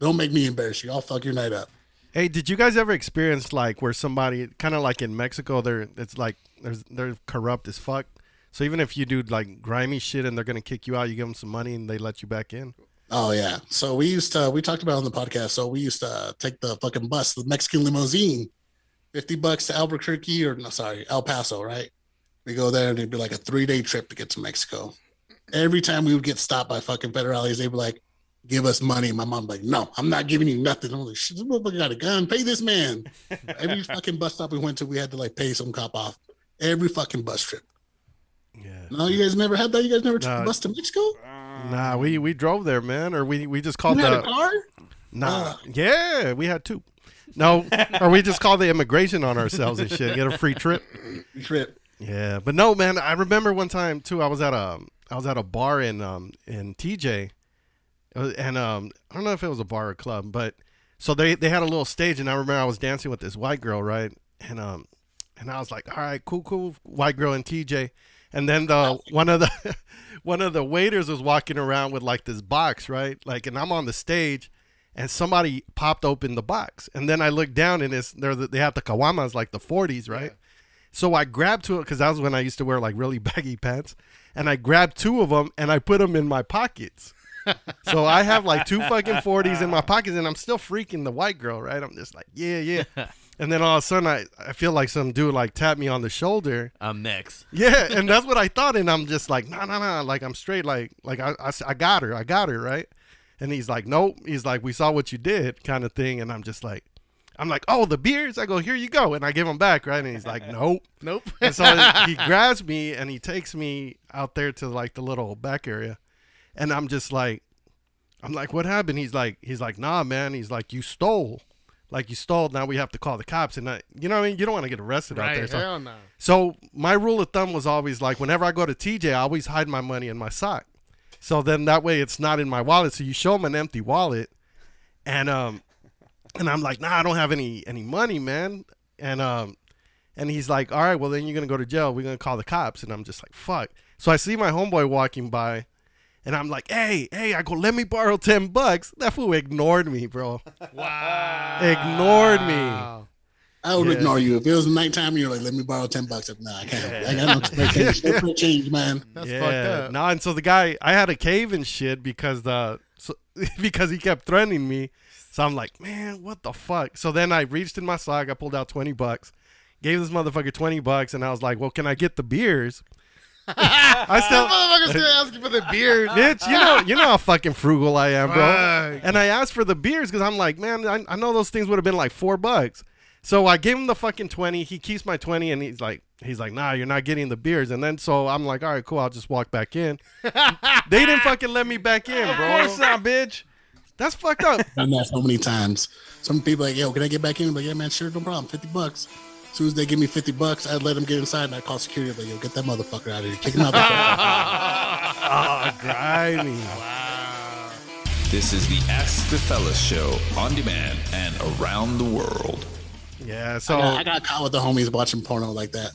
Speaker 9: Don't make me embarrass you. I'll fuck your night up.
Speaker 7: Hey, did you guys ever experience like where somebody kind of like in Mexico, they're it's like there's they're corrupt as fuck. So even if you do like grimy shit and they're gonna kick you out, you give them some money and they let you back in.
Speaker 9: Oh yeah. So we used to we talked about it on the podcast. So we used to uh, take the fucking bus, the Mexican limousine, fifty bucks to Albuquerque or no, sorry, El Paso, right? We go there and it'd be like a three day trip to get to Mexico. Every time we would get stopped by fucking federales, they'd be like, "Give us money." My mom's like, "No, I'm not giving you nothing." I'm like, "Shit, this motherfucker got a gun. Pay this man." Every fucking bus stop we went to, we had to like pay some cop off. Every fucking bus trip.
Speaker 7: Yeah.
Speaker 9: No, you guys never had that. You guys never took
Speaker 7: No.
Speaker 9: the bus to Mexico.
Speaker 7: Nah, we we drove there, man, or we we just called
Speaker 9: You had a
Speaker 7: the
Speaker 9: car.
Speaker 7: nah. Uh, Yeah, we had two. No, or we just called the immigration on ourselves and shit, get a free trip.
Speaker 9: Trip.
Speaker 7: Yeah, but no, man. I remember one time too. I was at a I was at a bar in um in TJ, Uh, and um I don't know if it was a bar or club, but so they they had a little stage, and I remember I was dancing with this white girl, right? And um and I was like, all right, cool, cool, white girl and TJ, and then the one of the one of the waiters was walking around with like this box, right? Like, and I'm on the stage. And somebody popped open the box, and then I looked down, and it's there. They have the kawamas, like the 40s, right? So I grabbed two because that was when I used to wear like really baggy pants, and I grabbed two of them and I put them in my pockets. so I have like two fucking forties in my pockets, and I'm still freaking the white girl, right? I'm just like, yeah, yeah. And then all of a sudden, I, I feel like some dude like tapped me on the shoulder.
Speaker 5: I'm next.
Speaker 7: Yeah, and that's what I thought, and I'm just like, no, no, no, like I'm straight, like, like I, I, I got her, I got her, right? And he's like, nope. He's like, we saw what you did, kind of thing, and I'm just like, I'm like, oh, the beers. I go, here you go, and I give him back, right? And he's like, nope,
Speaker 8: Nope.
Speaker 7: and so he grabs me and he takes me out there to like the little back area, and I'm just like, I'm like, what happened? He's like, he's like, nah, man. He's like, you stole, like you stole. Now we have to call the cops, and I, you know what I mean. You don't want to get arrested out there.
Speaker 8: Right,
Speaker 7: So,
Speaker 8: hell no.
Speaker 7: so my rule of thumb was always like, whenever I go to TJ, I always hide my money in my sock, so then that way it's not in my wallet. So you show him an empty wallet, and um, and I'm like, nah, I don't have any any money, man. And um, and he's like, all right, well then you're gonna go to jail. We're gonna call the cops. And I'm just like, fuck. So I see my homeboy walking by, and I'm like, hey, hey, I go, let me borrow ten bucks. That fool ignored me, bro. Wow. Ignored me.
Speaker 9: I would
Speaker 7: Yeah.
Speaker 9: ignore you if it was nighttime. and You're like, let me borrow ten bucks. If nah, I can't. I got no change. No free change, man.
Speaker 8: That's fucked
Speaker 7: Yeah.
Speaker 8: up.
Speaker 7: No, and so the guy, I had a cave and shit because the so, because he kept threatening me. So I'm like, man, what the fuck? So then I reached in my sock, I pulled out twenty bucks, gave this motherfucker twenty bucks, and I was like, well, can I get the beers? I still.
Speaker 8: Motherfuckers still asking for the beard.
Speaker 7: Bitch, you know, you know how fucking frugal I am, bro.
Speaker 8: Fuck.
Speaker 7: And I asked for the beers because I'm like, man, I, I know those things would have been like four bucks. So I gave him the fucking twenty. He keeps my twenty, and he's like, he's like, nah, you're not getting the beers. And then so I'm like, all right, cool, I'll just walk back in. they didn't fucking let me back in, bro.
Speaker 6: What's up, bitch?
Speaker 7: That's fucked up.
Speaker 9: Done that so many times. Some people like, yo, can I get back in? I'm like, yeah, man, sure, no problem. Fifty bucks. As soon as they give me fifty bucks, I'd let them get inside and I call security. Like, yo, get that motherfucker out of here. Kick him out. The door.
Speaker 7: oh, grimy.
Speaker 1: This is the Ask the Fellas show on demand and around the world.
Speaker 7: Yeah. So
Speaker 9: I got caught with the homies watching porno like that.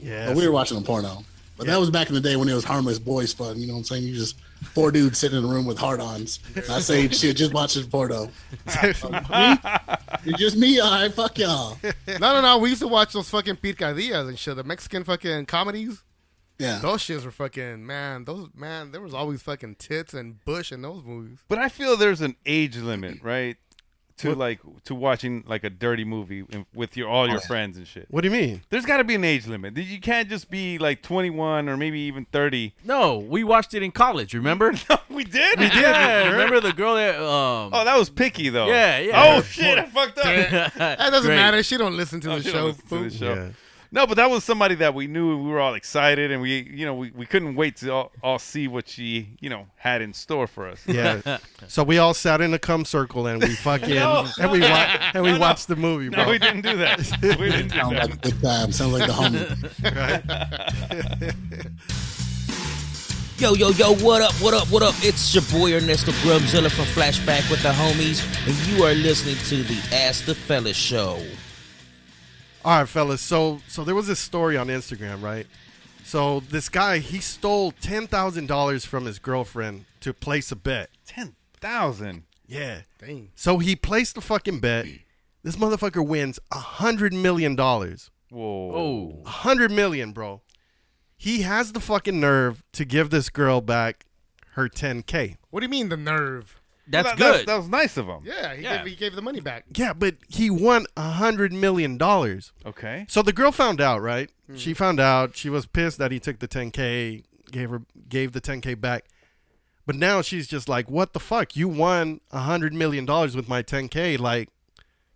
Speaker 7: yeah.
Speaker 9: But we were watching a porno. But that was back in the day when it was harmless boys fun. You know what I'm saying? You just four dudes sitting in a room with hard-ons. I say shit, just watching porno. It's just me. All right, fuck y'all.
Speaker 8: No, no, no. We used to watch those fucking picadillas and shit. The Mexican fucking comedies.
Speaker 9: Yeah.
Speaker 8: Those shits were fucking man. Those man, there was always fucking tits and bush in those movies.
Speaker 6: But I feel there's an age limit, right? To like to watching like a dirty movie in- with your all your friends and shit.
Speaker 7: what do you mean?
Speaker 6: There's got to be an age limit. You can't just be like 21 or maybe even 30.
Speaker 5: No, we watched it in college. Remember?
Speaker 6: we did.
Speaker 5: We did. Yeah, remember the girl that? Um,
Speaker 6: Oh, that was picky though.
Speaker 5: Yeah, yeah.
Speaker 6: Oh shit, I fucked up.
Speaker 8: That doesn't
Speaker 5: Great.
Speaker 8: matter. She don't listen to
Speaker 6: Oh,
Speaker 8: the
Speaker 6: shit, I
Speaker 8: show.
Speaker 6: listened to
Speaker 8: fool.
Speaker 6: the show.
Speaker 7: Yeah.
Speaker 6: No, but that was somebody that we knew, and we were all excited, and we, you know, we, we couldn't wait to all, all see what she, you know, had in store for us.
Speaker 7: Yeah. So we all sat in a cum circle and we fucking and we wa- and we watched the movie, bro.
Speaker 6: No, we didn't do that. We didn't do
Speaker 9: Sounds
Speaker 6: that.
Speaker 9: like a good time. Sounds like the homie.
Speaker 13: Yo, yo, yo, what up, what up, what up? It's your boy Ernesto Grubzilla from Flashback with the homies, and you are listening to the Ask the Fellas show.
Speaker 7: All right, fellas. So so there was this story on Instagram, right? So this guy he stole ten thousand dollars from his girlfriend to place a bet.
Speaker 6: Ten thousand.
Speaker 7: Yeah.
Speaker 8: Dang.
Speaker 7: So he placed the fucking bet. This motherfucker wins a hundred million dollars.
Speaker 6: Whoa.
Speaker 5: oh,
Speaker 7: A hundred million, bro. He has the fucking nerve to give this girl back her ten k.
Speaker 8: What do you mean the nerve?
Speaker 5: that's
Speaker 6: That-
Speaker 5: good.
Speaker 6: That was nice of him.
Speaker 8: Yeah, he,
Speaker 5: Yeah.
Speaker 8: Gave, he gave the money back.
Speaker 7: Yeah, but he won a hundred million dollars.
Speaker 6: Okay.
Speaker 7: So the girl found out, right?
Speaker 8: Mm-hmm.
Speaker 7: She found out. She was pissed that he took the 10k, gave her gave the 10k back. But now she's just like, "What the fuck? You won a 100 million dollars with my 10k. Like,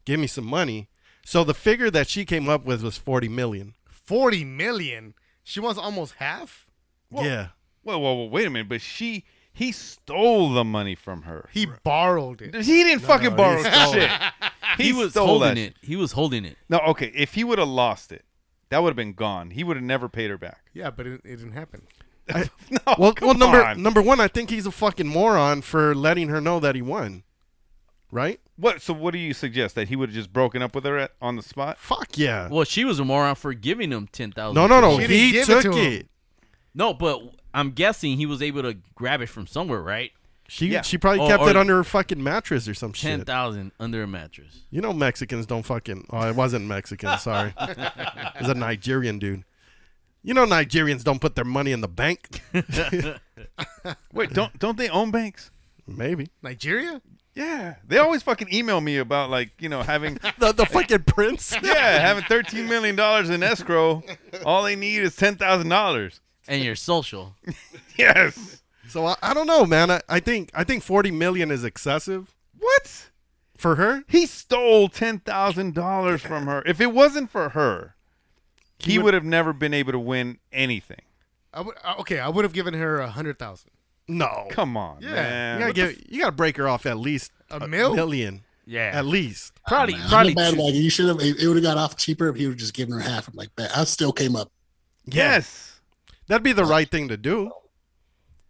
Speaker 7: give me some money." So the figure that she came up with was 40 million.
Speaker 8: Forty million. She wants almost half.
Speaker 7: yeah.
Speaker 6: Whoa, whoa, whoa, wait a minute. But she, he stole the money from her.
Speaker 8: He borrowed it.
Speaker 6: He didn't fucking borrow shit. He,
Speaker 5: he was
Speaker 6: stole
Speaker 5: holding
Speaker 6: that
Speaker 5: it. He was holding it.
Speaker 6: No, okay. If he would have lost it, that would have been gone. He would have never paid her back.
Speaker 8: Yeah, but it, it didn't happen.
Speaker 7: I, well, well,
Speaker 6: Oh, come
Speaker 7: number
Speaker 6: on.
Speaker 7: number one, I think he's a fucking moron for letting her know that he won. Right?
Speaker 6: What? So what do you suggest that he would have just broken up with her at, on the spot?
Speaker 7: Fuck yeah.
Speaker 5: Well, she was a moron for giving him ten thousand.
Speaker 7: No, no, no. He took it.
Speaker 5: No, but I'm guessing he was able to grab it from somewhere, right?
Speaker 7: She she probably
Speaker 6: Oh,
Speaker 5: Or-
Speaker 7: kept
Speaker 5: or
Speaker 7: it under her fucking mattress or some
Speaker 5: ten
Speaker 7: shit.
Speaker 5: thousand under a mattress.
Speaker 7: You know Mexicans don't fucking. Oh, it wasn't Mexican. Sorry, it was a Nigerian dude. You know Nigerians don't put their money in the bank.
Speaker 6: Wait, don't don't they own banks?
Speaker 7: Maybe
Speaker 8: Nigeria?
Speaker 6: Yeah, they always fucking email me about like you know having
Speaker 7: the, the fucking prince.
Speaker 6: yeah, having thirteen million dollars in escrow. All they need is ten thousand dollars.
Speaker 5: And your social.
Speaker 6: yes.
Speaker 7: So I, I don't know, man. I, I think I think forty million is excessive
Speaker 6: What?
Speaker 7: for her.
Speaker 6: He stole ten thousand dollars from her. If it wasn't for her, he, would have never been able to win anything.
Speaker 8: I would, uh, okay, I would have given her a hundred thousand.
Speaker 7: No,
Speaker 6: Come on,
Speaker 8: Yeah.
Speaker 7: you
Speaker 6: man.
Speaker 7: gotta
Speaker 6: What the
Speaker 7: give, you gotta break her off at least
Speaker 8: A mil?
Speaker 7: million.
Speaker 5: Yeah.
Speaker 7: at least.
Speaker 5: Probably,
Speaker 9: I'm
Speaker 5: probably.
Speaker 9: a bandwagon. You should have. It would have got off cheaper if he would have just given her half. I'm like, man, I still came up.
Speaker 6: Yes.
Speaker 7: That'd be the right thing to do.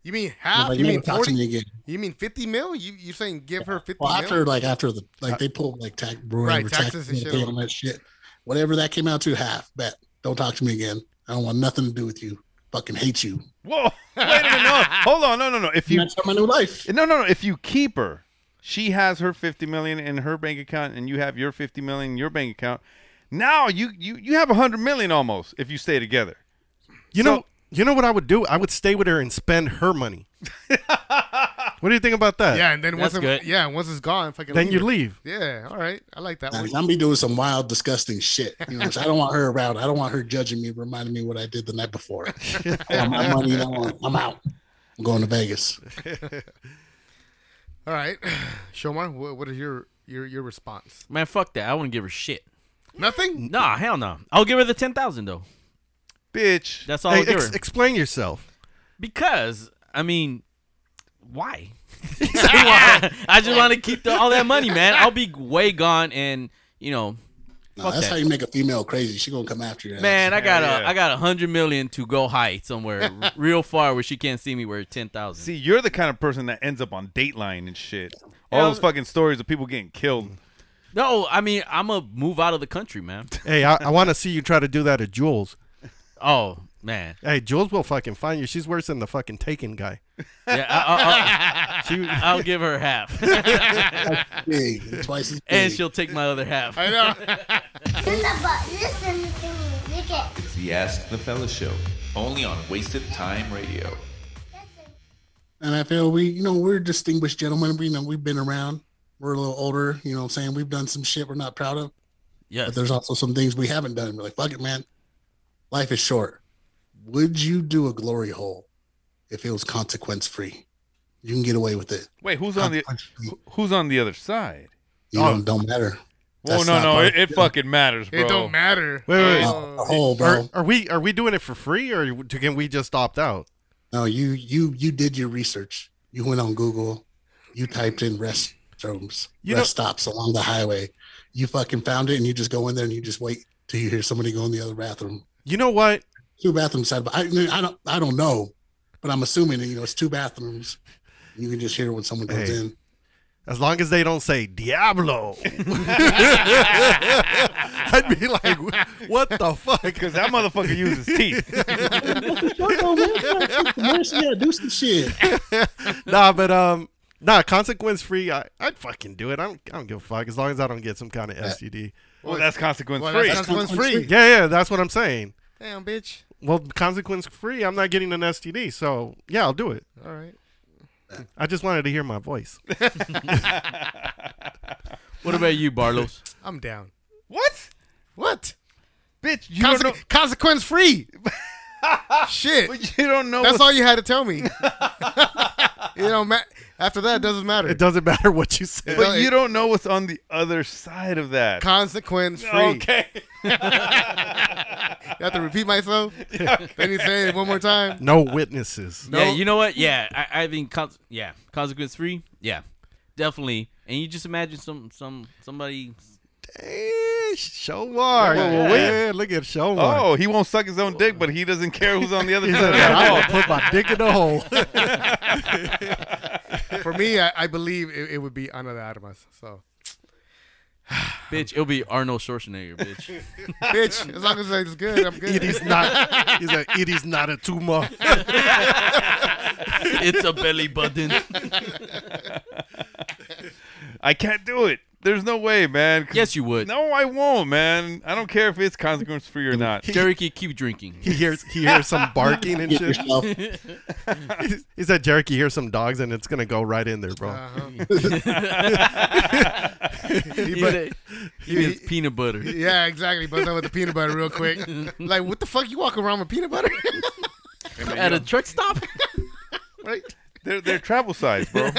Speaker 8: You mean
Speaker 9: I'm
Speaker 8: half?
Speaker 9: like,
Speaker 8: you
Speaker 9: you
Speaker 8: mean
Speaker 9: never talk to me
Speaker 8: forty?
Speaker 9: again.
Speaker 8: You mean fifty mil? You you saying give her fifty
Speaker 9: Well,
Speaker 8: mil?
Speaker 9: after like after the like they pulled like tax
Speaker 8: Right,
Speaker 9: whatever
Speaker 8: taxes and
Speaker 9: they
Speaker 8: shit.
Speaker 9: paid on that shit. Whatever that came out to, half. Bet. Don't talk to me again. I don't want nothing to do with you. Fucking hate you.
Speaker 6: Whoa! Wait a minute! No, hold on! No, no, no! If you
Speaker 9: That's my new life.
Speaker 6: no, no, no! If you keep her, she has her fifty million in her bank account, and you have your fifty million in your bank account. Now you you you have a hundred million almost if you stay together.
Speaker 7: You know, you know what I would do? I would stay with her and spend her money. what do you think about that?
Speaker 8: yeah, and then once
Speaker 5: That's
Speaker 8: it,
Speaker 5: good.
Speaker 8: yeah, once it's gone, fucking
Speaker 7: Then
Speaker 8: leave
Speaker 7: you
Speaker 8: her.
Speaker 7: leave.
Speaker 8: Yeah, all right, I like that
Speaker 9: Now,
Speaker 8: one.
Speaker 9: 'cause I'm be doing some wild, disgusting shit. You know, 'cause I don't want her around. I don't want her judging me, reminding me what I did the night before. I want my money. I want- I'm out. I'm going to Vegas.
Speaker 8: All right, Shomar, what, what is your your your response?
Speaker 5: Man, fuck that. I wouldn't give her shit.
Speaker 8: Nothing.
Speaker 5: Nah, hell no. I'll give her the ten thousand though.
Speaker 6: Bitch.
Speaker 5: That's all
Speaker 7: Hey,
Speaker 5: I'll give
Speaker 7: ex-
Speaker 5: her.
Speaker 7: explain yourself.
Speaker 5: Because I mean, why? I just want to keep the, all that money, man. I'll be way gone, and you know,
Speaker 9: No,
Speaker 5: Fuck
Speaker 9: that's
Speaker 5: that.
Speaker 9: how you make a female crazy. She gonna come after you.
Speaker 5: man, I got a,
Speaker 6: yeah.
Speaker 5: I got a hundred million to go hide somewhere r- real far where she can't see me. Where ten thousand.
Speaker 6: See, you're the kind of person that ends up on Dateline and shit. All those fucking stories of people getting killed.
Speaker 5: No, I mean I'm gonna move out of the country, man.
Speaker 7: Hey, I, I want to see you try to do that at Jules.
Speaker 5: Oh man,
Speaker 7: Hey, Jules will fucking find you. She's worse than the fucking taken guy.
Speaker 5: yeah, I, I, will give her half,
Speaker 9: big, twice as big.
Speaker 5: and she'll take my other half.
Speaker 8: I know.
Speaker 2: Listen to me, look at
Speaker 1: It's the Ask the Fella Show, only on Wasted Time Radio.
Speaker 9: And I feel we, you know, we're distinguished gentlemen. We know we've been around. We're a little older. You know what I'm saying? We've done some shit we're not proud of,
Speaker 5: Yes.
Speaker 9: but there's also some things we haven't done. We're like, fuck it, man. Life is short. Would you do a glory hole if it was consequence free? You can get away with it.
Speaker 6: Wait, who's on the
Speaker 9: Consequence-free.
Speaker 6: who- who's on the other side?
Speaker 9: You
Speaker 7: Oh.
Speaker 9: don't, don't matter.
Speaker 6: Oh
Speaker 9: That's
Speaker 6: no,
Speaker 9: not
Speaker 6: no,
Speaker 9: part
Speaker 6: it, it fucking matters, bro.
Speaker 8: It don't matter.
Speaker 7: Wait, wait, wait.
Speaker 9: of the hole, bro.
Speaker 7: Are, are we are we doing it for free or can we just opt out?
Speaker 9: No, you you you did your research. You went on Google. You typed in restrooms,
Speaker 7: You know-
Speaker 9: rest stops along the highway. You fucking found it, and you just go in there and you just wait till you hear somebody go in the other bathroom.
Speaker 7: You know what?
Speaker 9: Two bathrooms side by. I, I don't I don't know, but I'm assuming that, you know it's two bathrooms. You can just hear when someone goes
Speaker 7: Hey.
Speaker 9: in.
Speaker 7: As long as they don't say Diablo, I'd be like, what the fuck?
Speaker 6: Because that motherfucker uses teeth.
Speaker 9: yeah, do some shit.
Speaker 7: nah, but um, nah, consequence free. I I'd fucking do it. I don't I don't give a fuck as long as I don't get some kind of STD.
Speaker 6: Well, that's consequence
Speaker 8: Well,
Speaker 6: free.
Speaker 8: that's consequence free.
Speaker 7: Yeah, yeah, that's what I'm saying.
Speaker 8: Damn, bitch.
Speaker 7: Well, consequence free. I'm not getting an STD, so yeah, I'll do it.
Speaker 8: All right.
Speaker 7: I just wanted to hear my voice.
Speaker 5: What about you, Barlos?
Speaker 8: I'm down.
Speaker 6: what?
Speaker 8: What?
Speaker 6: Bitch, you
Speaker 8: Conse-
Speaker 6: don't know.
Speaker 8: Consequence free. Shit.
Speaker 6: You don't know.
Speaker 8: That's
Speaker 6: what-
Speaker 8: all you had to tell me. you know, ma- after that, it doesn't matter.
Speaker 7: It doesn't matter what you say.
Speaker 8: all-
Speaker 6: but you don't know what's on the other side of that.
Speaker 8: Consequence free.
Speaker 6: okay.
Speaker 8: You have to repeat myself. Then you say it one more time.
Speaker 7: No witnesses.
Speaker 5: Yeah, you know what? Yeah, I, I think cons- yeah, consequence free. Yeah, definitely. And you just imagine some some somebody.
Speaker 7: Eh, show are.
Speaker 6: Wait, wait,
Speaker 7: Yeah,
Speaker 6: wait.
Speaker 7: yeah, look at show are.
Speaker 6: Oh, he won't suck his own dick, but he doesn't care who's on the other
Speaker 7: He
Speaker 6: side.
Speaker 7: said, "Man, I'm gonna put my dick in the hole."
Speaker 8: For me, I, I believe it, it would be Ana de Armas. So,
Speaker 5: bitch, it'll be Arnold Schwarzenegger, bitch.
Speaker 8: bitch, as long as it's good, I'm good.
Speaker 7: It is not. He's like, it is not a tumor.
Speaker 5: it's a belly button.
Speaker 6: I can't do it. There's no way, man.
Speaker 5: Yes, you would.
Speaker 6: No, I won't, man. I don't care if it's consequence free or not.
Speaker 5: Cherokee, keep drinking.
Speaker 7: He hears he hears some barking and
Speaker 6: Get
Speaker 7: shit.
Speaker 6: yourself.
Speaker 7: He's- he said, "Jerick, you hear some dogs, and it's gonna go right in there, bro."
Speaker 8: Uh-huh.
Speaker 5: He did- he means peanut butter.
Speaker 8: Yeah, exactly. Buzz out with the peanut butter real quick. Like, what the fuck? You walk around with peanut butter?
Speaker 5: At a truck stop?
Speaker 8: right?
Speaker 6: They're, they're travel size, bro.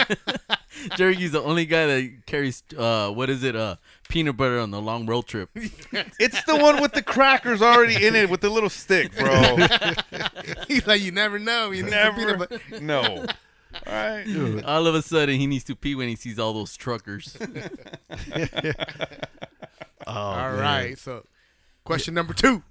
Speaker 5: Cherokee—he's the only guy that carries uh, what is it, uh, peanut butter on the long road trip.
Speaker 6: It's the one with the crackers already in it with the little stick, bro.
Speaker 8: He's like, you never know. You need some
Speaker 6: Never.
Speaker 8: peanut butter.
Speaker 6: No. All right.
Speaker 5: All of a sudden, he needs to pee when he sees all those truckers.
Speaker 8: All right.
Speaker 9: man.
Speaker 8: So, question number two.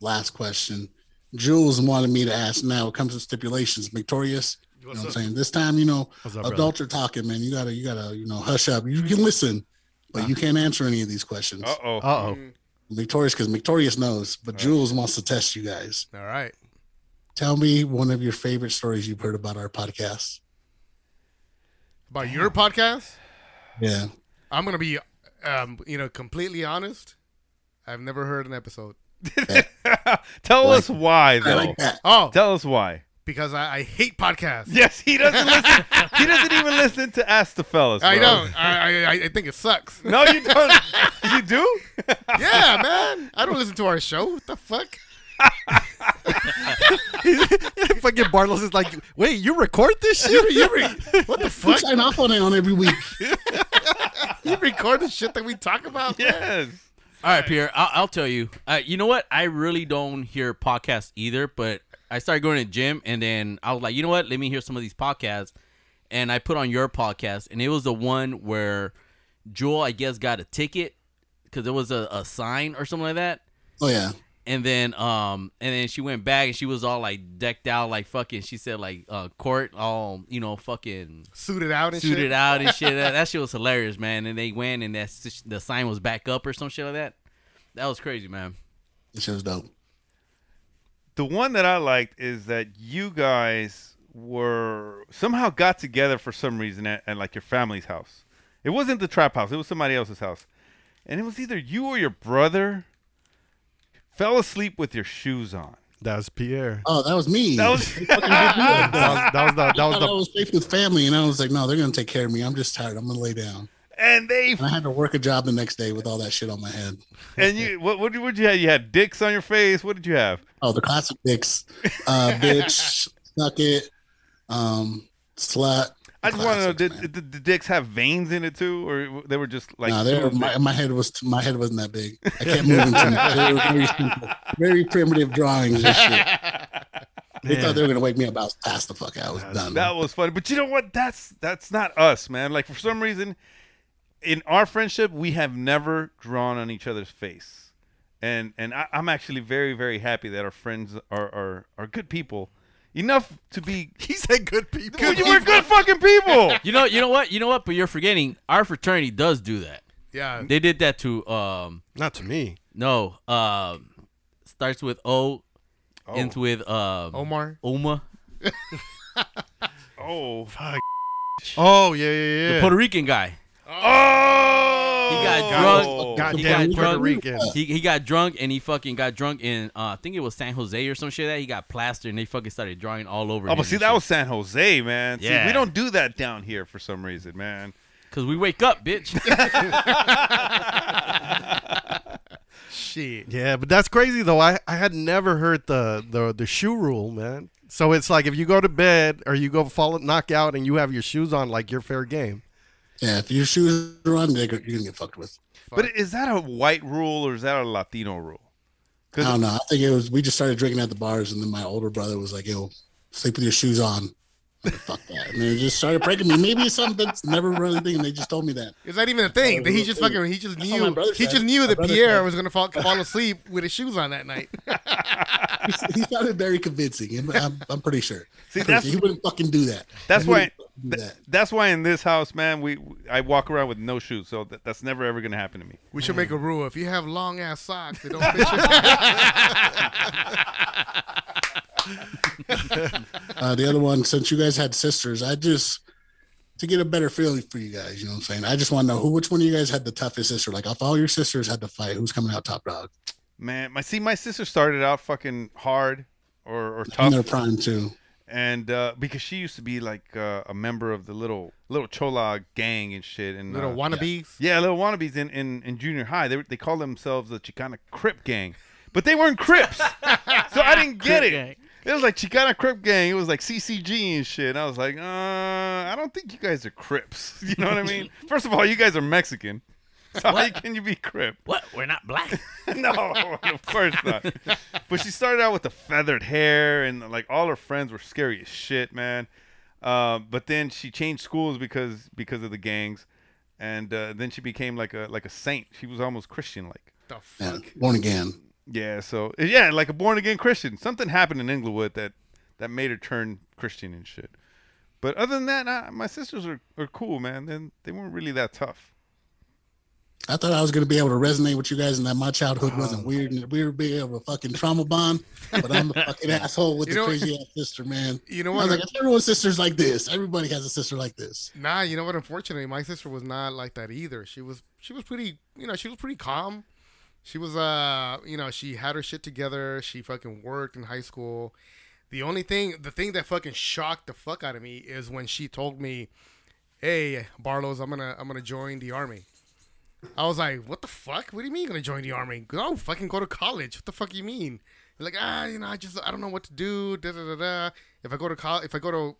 Speaker 9: Last question. Jules wanted me to ask now. It comes to stipulations. Victorious. You know
Speaker 8: What's
Speaker 9: what I'm
Speaker 8: up?
Speaker 9: saying? This time, you know,
Speaker 8: What's up, brother?
Speaker 9: adults are talking, man. You gotta you gotta, you know, hush up. You can listen, but you can't answer any of these questions.
Speaker 6: Uh oh.
Speaker 7: Uh oh.
Speaker 9: Victorious because Victorious knows, but Jules wants to test you guys.
Speaker 8: All right.
Speaker 9: Tell me one of your favorite stories you've heard about our podcast.
Speaker 8: About your podcast,
Speaker 9: Yeah.
Speaker 8: I'm going to be, um, you know, completely honest. I've never heard an episode.
Speaker 6: Tell us why, though.
Speaker 8: Oh.
Speaker 6: Tell us why.
Speaker 8: Because I, I hate podcasts.
Speaker 6: Yes, he doesn't listen. He doesn't even listen to Ask the Fellas.
Speaker 8: I
Speaker 6: bro.
Speaker 8: don't. I, I, I think it sucks.
Speaker 6: No, you don't. you do?
Speaker 8: yeah, man. I don't listen to our show. What the fuck?
Speaker 7: Fucking Bartles is like, "Wait, you record this
Speaker 8: You,
Speaker 7: shit?
Speaker 8: you re- what the
Speaker 9: We
Speaker 8: fuck?
Speaker 9: sign off on it on every week.
Speaker 8: You record the shit that we talk about? man?
Speaker 6: Yes.
Speaker 5: All right, Pierre, I'll, I'll tell you. Uh, you know what? I really don't hear podcasts either, but I started going to the gym and then I was like, you know what? Let me hear some of these podcasts. And I put on your podcast, and it was the one where Joel, I guess, got a ticket because there was a, a sign or something like that.
Speaker 9: Oh yeah.
Speaker 5: And then, um, and then she went back and she was all like decked out, like fucking. She said like, uh, court, all you know, fucking
Speaker 8: Suited out and
Speaker 5: suited
Speaker 8: shit.
Speaker 5: out and shit. That, that shit was hilarious, man. And they went, and that s- the sign was back up or some shit like that. That was crazy, man.
Speaker 9: This show's dope.
Speaker 6: the one that I liked is that you guys were somehow got together for some reason at, at like your family's house. It wasn't the trap house, it was somebody else's house. And it was either you or your brother fell asleep with your shoes on.
Speaker 7: That's Pierre.
Speaker 9: Oh, that was me.
Speaker 6: That was
Speaker 7: That was, that was the that
Speaker 9: I
Speaker 7: was
Speaker 9: thought I
Speaker 7: the
Speaker 9: was safe with family, and I was like, no, they're gonna take care of me. I'm just tired. I'm gonna lay down.
Speaker 6: and they
Speaker 9: And I had to work a job the next day with all that shit on my head.
Speaker 6: and you what what did you have? You had dicks on your face. What did you have?
Speaker 9: Oh, the classic dicks, uh, bitch, suck it, um, slut.
Speaker 6: I just want to know did, did, did the dicks have veins in it too, or they were just like
Speaker 9: nah, there,
Speaker 6: tubes?
Speaker 9: my, my head was my head wasn't that big. I kept moving too much. They were very simple, very primitive drawings and shit. They thought they were gonna wake me up. I was passed the fuck out. I was
Speaker 7: Um,
Speaker 9: done.
Speaker 6: That was funny. But you know what? That's that's not us, man. Like for some reason, in our friendship, we have never drawn on each other's face, and and I, I'm actually very very happy that our friends are are, are good people, enough to be.
Speaker 7: he said good people.
Speaker 6: Dude, you were good fucking people.
Speaker 5: You know, you know what, you know what. But you're forgetting our fraternity does do that.
Speaker 8: Yeah.
Speaker 5: They did that to um
Speaker 7: Not to me.
Speaker 5: no um starts with O, ends with um
Speaker 8: Omar.
Speaker 5: Oma,
Speaker 6: Oh,
Speaker 7: Oh yeah, yeah,
Speaker 5: the
Speaker 7: yeah.
Speaker 5: Puerto Rican guy.
Speaker 6: oh,
Speaker 5: He got
Speaker 7: Oh.
Speaker 5: drunk. he
Speaker 7: Goddamn
Speaker 5: got
Speaker 7: Puerto
Speaker 5: drunk.
Speaker 7: Rican.
Speaker 5: He, he got drunk and he fucking got drunk in uh, I think it was San Jose or some shit that he got plastered and they fucking started drawing all over.
Speaker 6: Oh, but see, that was San Jose, man. See,
Speaker 5: Yeah.
Speaker 6: we don't do that down here for some reason, man.
Speaker 5: because we wake up, bitch.
Speaker 8: Shit.
Speaker 7: Yeah, but that's crazy though. I, I had never heard the, the the shoe rule, man. So it's like if you go to bed or you go fall knock out and you have your shoes on, like you're fair game.
Speaker 9: yeah, if your shoes are on, they're gonna- you're gonna get fucked with.
Speaker 6: But is that a white rule or is that a Latino rule?
Speaker 9: I don't know. I think it was we just started drinking at the bars, and then my older brother was like, "Yo, sleep with your shoes on." fuck that. And they just started pranking me. Maybe it's something that's never really a thing. They just told me that.
Speaker 7: It's not even a thing. He just fucking he just
Speaker 9: That's what my
Speaker 7: knew
Speaker 9: brother
Speaker 7: he
Speaker 9: said.
Speaker 7: just knew
Speaker 9: My
Speaker 7: that
Speaker 9: brother
Speaker 7: Pierre
Speaker 9: said.
Speaker 7: was gonna fall, fall asleep with his shoes on that night.
Speaker 9: He sounded very convincing. and I'm, I'm pretty sure.
Speaker 6: See, that's-
Speaker 9: he wouldn't fucking do that.
Speaker 6: That's
Speaker 9: He
Speaker 6: why.
Speaker 9: wouldn't fucking do
Speaker 6: th-
Speaker 9: that.
Speaker 6: that's why in this house, man, we I walk around with no shoes, so that, that's never ever gonna happen to me.
Speaker 7: We should make a rule. If you have long ass socks that don't fit you.
Speaker 9: Uh, the other one, since you guys had sisters, I just to get a better feeling for you guys. You know what I'm saying? I just want to know who, which one of you guys had the toughest sister? Like, if all your sisters had to fight, who's coming out top dog?
Speaker 6: Man, my see, my sister started out fucking hard or or
Speaker 9: In
Speaker 6: tough,
Speaker 9: their prime too.
Speaker 6: and uh, because she used to be like uh, a member of the little little Chola gang and shit, and
Speaker 7: Little
Speaker 6: uh,
Speaker 7: wannabes?
Speaker 6: Yeah, little wannabes in in, in junior high. They were- they called themselves the Chicana Crip Gang, but they weren't Crips, so I didn't get
Speaker 5: Crip
Speaker 6: it.
Speaker 5: gang.
Speaker 6: It was like Chicana Crip Gang. It was like CCG and shit. And I was like, uh, I don't think you guys are Crips. You know what I mean? First of all, you guys are Mexican. So how can you be Crip?
Speaker 5: What? We're not black.
Speaker 6: no, of course not. But she started out with the feathered hair, and like all her friends were scary as shit, man. Uh, but then she changed schools because because of the gangs, and uh, then she became like a like a saint. She was almost Christian like.
Speaker 7: The
Speaker 9: Yeah, born again.
Speaker 6: Yeah, so yeah, like a born again Christian. Something happened in Inglewood that that made her turn Christian and shit. But other than that, nah, my sisters are, are cool, man. Then they weren't really that tough.
Speaker 9: I thought I was gonna be able to resonate with you guys, and that my
Speaker 6: Oh,
Speaker 9: childhood wasn't weird, and we were being able to fucking trauma bond. But I'm the fucking asshole with
Speaker 7: You
Speaker 9: the
Speaker 7: know-
Speaker 9: crazy ass sister, man.
Speaker 7: You know
Speaker 9: I
Speaker 7: what?
Speaker 9: was like, if everyone's sisters like this, everybody has a sister like this.
Speaker 7: Nah, you know what? Unfortunately, my sister was not like that either. She was she was pretty you know she was pretty calm. She was uh you know she had her shit together. She fucking worked in high school. The only thing the thing that fucking shocked the fuck out of me is when she told me, "Hey Barlow's, I'm gonna I'm gonna join the army." I was like, "What the fuck? What do you mean you're gonna join the army? Go fucking go to college. What the fuck you mean?" Like ah, you know, I just I don't know what to do. Da da da da. If I go to college, if I go to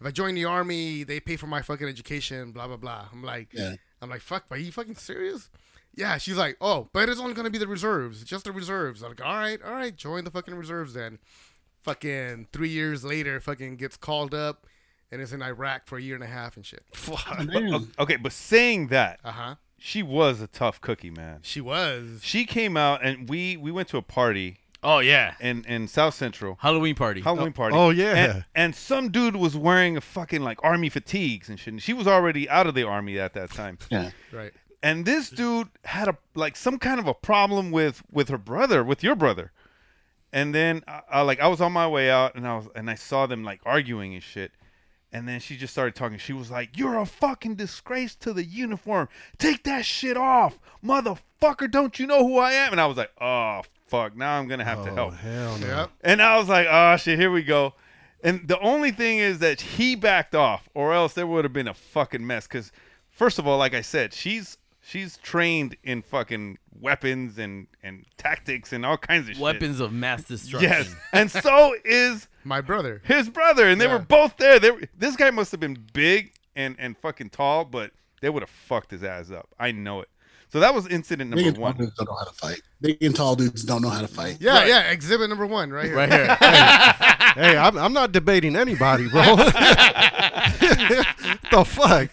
Speaker 7: if I join the army, they pay for my fucking education, blah blah blah. I'm like,
Speaker 9: Yeah.
Speaker 7: I'm like, fuck, are you fucking serious? Yeah, she's like, oh, but it's only gonna be the reserves, just the reserves. I'm like, all right, all right, join the fucking reserves then. Fucking three years later, fucking gets called up and is in Iraq for a year and a half and shit.
Speaker 9: Hmm.
Speaker 6: But- okay, but saying that,
Speaker 7: Uh-huh.
Speaker 6: she was a tough cookie, man.
Speaker 7: She was.
Speaker 6: She came out, and we we went to a party.
Speaker 5: Oh yeah,
Speaker 6: in in South Central
Speaker 5: Halloween party.
Speaker 6: Halloween
Speaker 5: Oh,
Speaker 6: party.
Speaker 5: oh, yeah.
Speaker 6: and, and some dude was wearing a fucking like army fatigues and shit. And she was already out of the army at that time.
Speaker 9: Yeah.
Speaker 7: Right.
Speaker 6: and this dude had a like some kind of a problem with with her brother with your brother and then I, I like i was on my way out and i was and i saw them like arguing and shit and then she just started talking she was like you're a fucking disgrace to the uniform take that shit off motherfucker don't you know who i am and i was like oh fuck now i'm gonna have to help
Speaker 14: hell no.
Speaker 7: Yep.
Speaker 6: and I was like, oh shit, here we go. And the only thing is that he backed off, or else there would have been a fucking mess. Because first of all, like I said, she's she's trained in fucking weapons and and tactics and all kinds of shit.
Speaker 5: Weapons of mass destruction.
Speaker 6: Yes, and so is
Speaker 7: My brother.
Speaker 6: his brother, and they
Speaker 7: Yeah.
Speaker 6: were both there. They were, this guy must have been big and and fucking tall, but they would have fucked his ass up. I know it. So that was incident
Speaker 9: Big
Speaker 6: number
Speaker 9: and tall
Speaker 6: one.
Speaker 9: dudes don't know how to fight. Big and tall dudes don't know how to fight.
Speaker 7: Yeah, yeah, exhibit number one right here.
Speaker 5: Right here.
Speaker 14: Hey, I'm, I'm not debating anybody, bro. the fuck?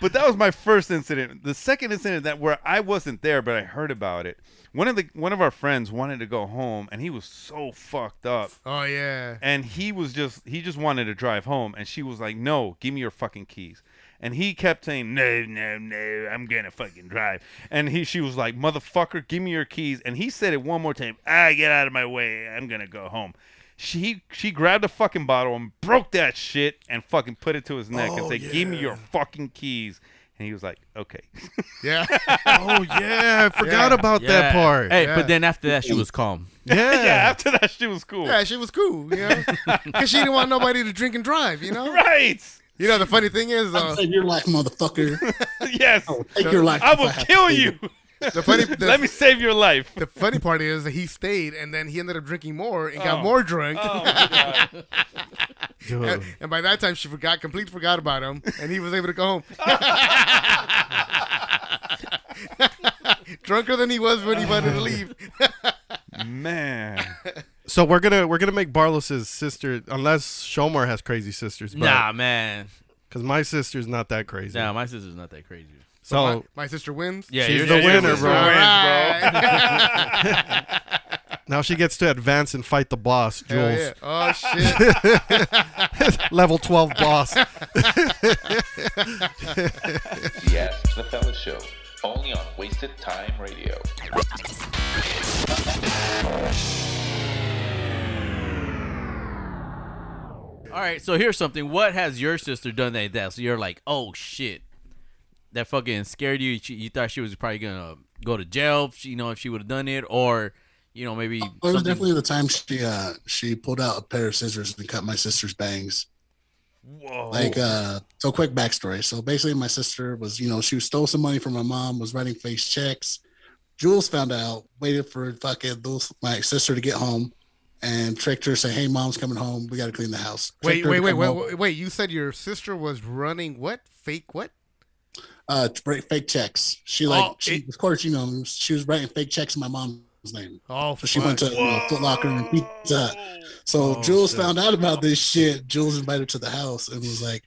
Speaker 6: but that was my first incident. The second incident that where I wasn't there, but I heard about it. One of the one of our friends wanted to go home, and he was so fucked up,
Speaker 7: Oh yeah.
Speaker 6: and he was just he just wanted to drive home, and she was like, "No, give me your fucking keys." And he kept saying, "No, no, no, I'm gonna fucking drive." And he she was like, "Motherfucker, give me your keys." And he said it one more time. I get out of my way. I'm gonna go home. She she grabbed a fucking bottle and broke that shit and fucking put it to his neck and
Speaker 14: Oh,
Speaker 6: said, "Give me
Speaker 14: yeah.
Speaker 6: your fucking keys." And he was like, "Okay."
Speaker 7: Yeah.
Speaker 14: oh yeah, I forgot
Speaker 7: Yeah.
Speaker 14: about
Speaker 5: Yeah.
Speaker 14: that part.
Speaker 5: Hey,
Speaker 7: Yeah.
Speaker 5: but then after that, she was calm.
Speaker 14: Yeah.
Speaker 6: yeah. After that, she was cool.
Speaker 7: Yeah, she was cool, you know? Because she didn't want nobody to drink and drive, you know?
Speaker 6: Right.
Speaker 7: You know, the funny thing is, uh,
Speaker 9: I'd save your life, motherfucker.
Speaker 6: Yes.
Speaker 9: Take your life.
Speaker 6: I
Speaker 9: if
Speaker 6: will
Speaker 9: have to
Speaker 6: kill
Speaker 9: save
Speaker 6: you.
Speaker 9: it.
Speaker 7: the funny, the,
Speaker 6: Let me save your life.
Speaker 7: The funny part is that he stayed, and then he ended up drinking more and
Speaker 6: Oh.
Speaker 7: got more drunk. and, and by that time, she forgot, completely forgot about him, and he was able to go home. Drunker than he was when he wanted to leave.
Speaker 6: Man.
Speaker 7: So we're gonna we're gonna make Barlos's sister unless Shomar has crazy sisters.
Speaker 5: Nah, man.
Speaker 7: Because my sister's not that crazy.
Speaker 5: Nah, my sister's not that crazy.
Speaker 7: So
Speaker 8: my, my sister wins.
Speaker 5: Yeah,
Speaker 7: she's
Speaker 5: your
Speaker 7: the
Speaker 5: sister
Speaker 7: winner,
Speaker 5: wins.
Speaker 7: bro.
Speaker 8: Alright.
Speaker 7: now she gets to advance and fight the boss,
Speaker 8: Hell
Speaker 7: Jules.
Speaker 8: yeah. Oh, shit.
Speaker 7: Level twelve boss.
Speaker 1: Yes, the Fellas Show, only on Wasted Time Radio.
Speaker 5: All right, so here's something. What has your sister done that that so you're like, oh shit, that fucking scared you? She, you thought she was probably gonna go to jail, if she, you know, if she would have done it, or you know, maybe
Speaker 9: Well, it was
Speaker 5: something-
Speaker 9: definitely the time she uh she pulled out a pair of scissors and cut my sister's bangs.
Speaker 6: Whoa.
Speaker 9: Like uh so quick backstory. So basically my sister was, you know, she stole some money from my mom, was writing face checks. Jules found out, waited for fucking those my sister to get home and tricked her, saying, Hey mom's coming home, we gotta clean the house.
Speaker 8: Wait,
Speaker 9: Tricked her
Speaker 8: wait,
Speaker 9: to
Speaker 8: wait,
Speaker 9: come
Speaker 8: wait,
Speaker 9: home.
Speaker 8: wait, wait. You said your sister was running what? Fake what?
Speaker 9: Uh to break fake checks. She like
Speaker 8: Oh,
Speaker 9: she, of course, you know, she was writing fake checks in my mom's name.
Speaker 8: Oh,
Speaker 9: So she went to
Speaker 8: fuck.
Speaker 9: you know, Foot Locker and Pizza Hut. So
Speaker 8: Oh,
Speaker 9: Jules
Speaker 8: shit.
Speaker 9: found out about this shit. Jules invited her to the house and was like,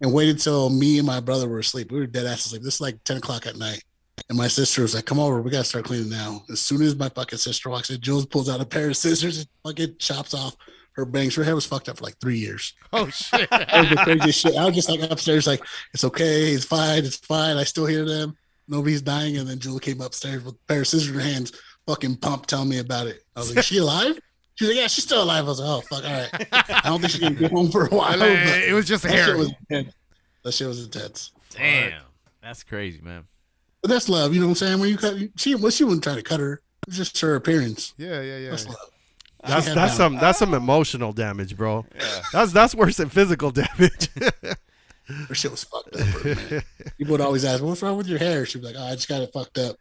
Speaker 9: and waited till me and my brother were asleep. We were dead ass asleep. This is like 10 o'clock at night. And my sister was like, come over. We got to start cleaning now. As soon as my fucking sister walks in, Jules pulls out a pair of scissors and fucking chops off her bangs. Her hair was fucked up for like three years.
Speaker 8: Oh shit.
Speaker 9: That was the craziest shit. I was just like upstairs, like, it's okay. It's fine. It's fine. I still hear them. Nobody's dying. And then Jules came upstairs with a pair of scissors in her hands, fucking pumped, telling me about it. I was like, she alive? She's like, yeah, she's still alive. I was like, oh, fuck, all right. I don't think she's going to get home for a while.
Speaker 8: Like,
Speaker 9: but
Speaker 8: it was just
Speaker 9: that
Speaker 8: hair.
Speaker 9: Shit was intense. That shit was intense.
Speaker 5: Damn, that's crazy, man.
Speaker 9: But that's love. You know what I'm saying? When you cut, she, well, she wouldn't try to cut her. It was just her appearance.
Speaker 8: Yeah, yeah, yeah.
Speaker 9: That's love.
Speaker 7: That's
Speaker 9: She had
Speaker 7: that's
Speaker 9: balance.
Speaker 7: some that's some emotional damage, bro. That's that's worse than physical damage.
Speaker 9: Her shit was fucked up. for a minute. People would always ask, "What's wrong with your hair?" She'd be like, "Oh, I just got it fucked up."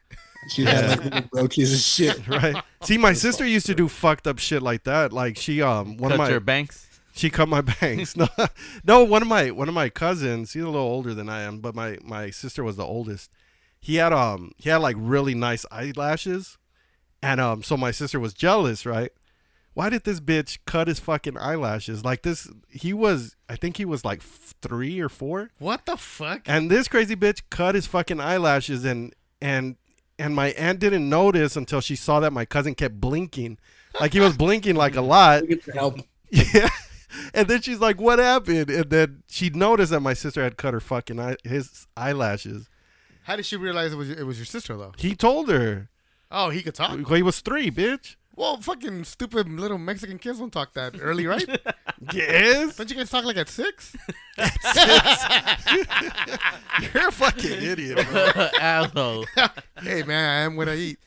Speaker 9: She had like little brooches and shit.
Speaker 7: right? See, my sister used to do fucked up shit like that. Like she um one
Speaker 5: Cut
Speaker 7: of my
Speaker 5: your banks?
Speaker 7: She cut my banks. No, no, one of my one of my cousins. He's a little older than I am, but my my sister was the oldest. He had um he had like really nice eyelashes, and um so my sister was jealous, right? Why did this bitch cut his fucking eyelashes? Like this, he was I think he was like f- three or four.
Speaker 8: What the fuck?
Speaker 7: And this crazy bitch cut his fucking eyelashes and and and my aunt didn't notice until she saw that my cousin kept blinking. Like he was blinking like a lot. Yeah. And then she's like, "What happened?" And then she noticed that my sister had cut her fucking eye- his eyelashes.
Speaker 8: How did she realize it was it was your sister though?
Speaker 7: He told her.
Speaker 8: Oh, he could talk.
Speaker 7: He was 3, bitch.
Speaker 8: Well, fucking stupid little Mexican kids don't talk that early, right?
Speaker 7: yes.
Speaker 8: Don't you guys talk like at six?
Speaker 7: You're a fucking idiot, bro.
Speaker 5: Asshole.
Speaker 8: hey man, I am what I eat.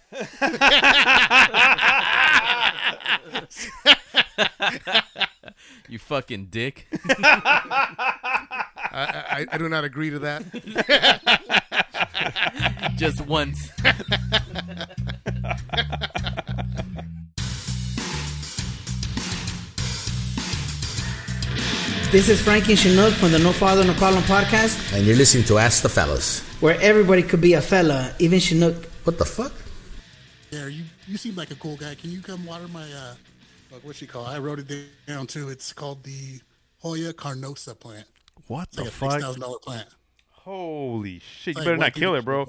Speaker 5: you fucking dick.
Speaker 8: I, I, I do not agree to that.
Speaker 5: Just once.
Speaker 15: This is Frankie Chinook from the No Father No Problem podcast,
Speaker 16: And you're listening to Ask the Fellas.
Speaker 15: where everybody could be a fella, even Chinook.
Speaker 16: What the fuck?
Speaker 9: Yeah, you you seem like a cool guy. Can you come water my uh, like what you call? It? I wrote it down too. It's called the Hoya Carnosa plant.
Speaker 7: What
Speaker 9: It's like
Speaker 7: the
Speaker 9: a
Speaker 7: fuck?
Speaker 9: Six thousand dollar plant.
Speaker 6: Holy shit! You
Speaker 9: Like,
Speaker 6: better
Speaker 9: one
Speaker 6: not kill
Speaker 9: cup,
Speaker 6: it, bro.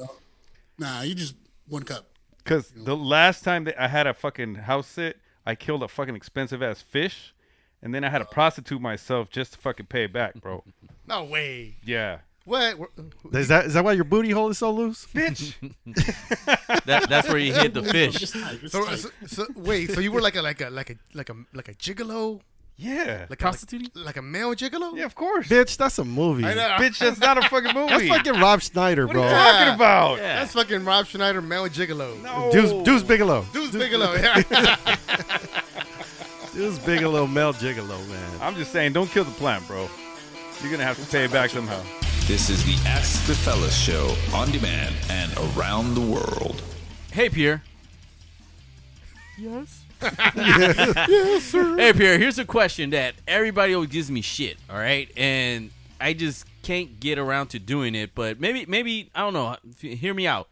Speaker 9: Nah, you just one cup.
Speaker 6: Because the last time that I had a fucking house sit, I killed a fucking expensive ass fish, and then I had to prostitute myself just to fucking pay it back, bro.
Speaker 8: No way.
Speaker 6: Yeah.
Speaker 8: What?
Speaker 7: Is that is that why your booty hole is so loose?
Speaker 6: Bitch.
Speaker 5: That, that's where you hit the fish.
Speaker 8: So, so, so- wait, so you were like a like a like a like a like a gigolo?
Speaker 6: Yeah.
Speaker 8: Like prostituting? Like, a male gigolo? Yeah,
Speaker 6: of course.
Speaker 7: Bitch, that's a movie.
Speaker 8: I know.
Speaker 6: Bitch, that's not a fucking movie.
Speaker 7: That's fucking Rob Schneider, bro.
Speaker 6: talking about?
Speaker 8: That's fucking Rob Schneider, male gigolo. No.
Speaker 7: Deuce, Deuce Bigelow.
Speaker 8: Deuce Bigelow, yeah.
Speaker 7: Deuce Bigelow, Mel Gigolo, man.
Speaker 6: I'm just saying, don't kill the plant, bro. You're gonna have to pay it back somehow.
Speaker 1: This is the Ask the Fellas Show on demand and around the world.
Speaker 5: Hey, Pierre.
Speaker 17: Yes.
Speaker 5: Hey, Pierre, here's a question that everybody always gives me shit, all right? And I just can't get around to doing it, but maybe, maybe, I don't know. F- Hear me out.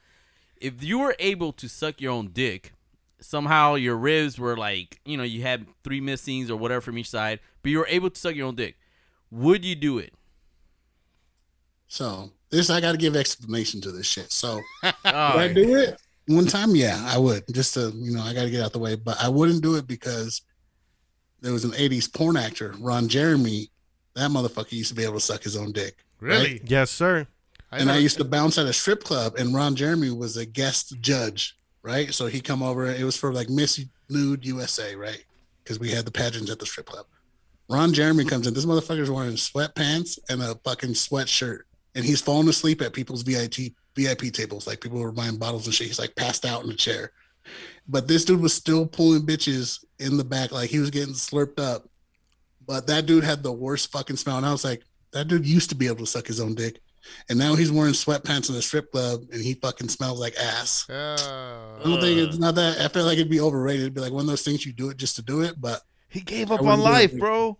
Speaker 5: If you were able to suck your own dick, somehow your ribs were like, you know, you had three missings or whatever from each side, but you were able to suck your own dick, would you do it?
Speaker 9: So this I got to give explanation to this shit. So would I
Speaker 5: yeah.
Speaker 9: do it one time? Yeah, I would. Just to you know, I got to get out the way. But I wouldn't do it because there was an '80s porn actor, Ron Jeremy. That motherfucker used to be able to suck his own dick.
Speaker 7: Really? Yes, sir.
Speaker 9: and I used to bounce at a strip club, and Ron Jeremy was a guest judge, right? So he come over. It was for like Miss Nude USA, right? Because we had the pageants at the strip club. Ron Jeremy comes in. This motherfucker's wearing sweatpants and a fucking sweatshirt, and he's falling asleep at people's VIP VIP tables. Like people were buying bottles and shit. He's like passed out in a chair. But this dude was still pulling bitches in the back, like he was getting slurped up. But that dude had the worst fucking smell, and I was like, that dude used to be able to suck his own dick, and now he's wearing sweatpants in a strip club, and he fucking smells like ass.
Speaker 8: Oh.
Speaker 9: I don't think it's not that. I feel like it'd be overrated. It'd be like one of those things you do it just to do it, but
Speaker 6: he gave up on life, bro.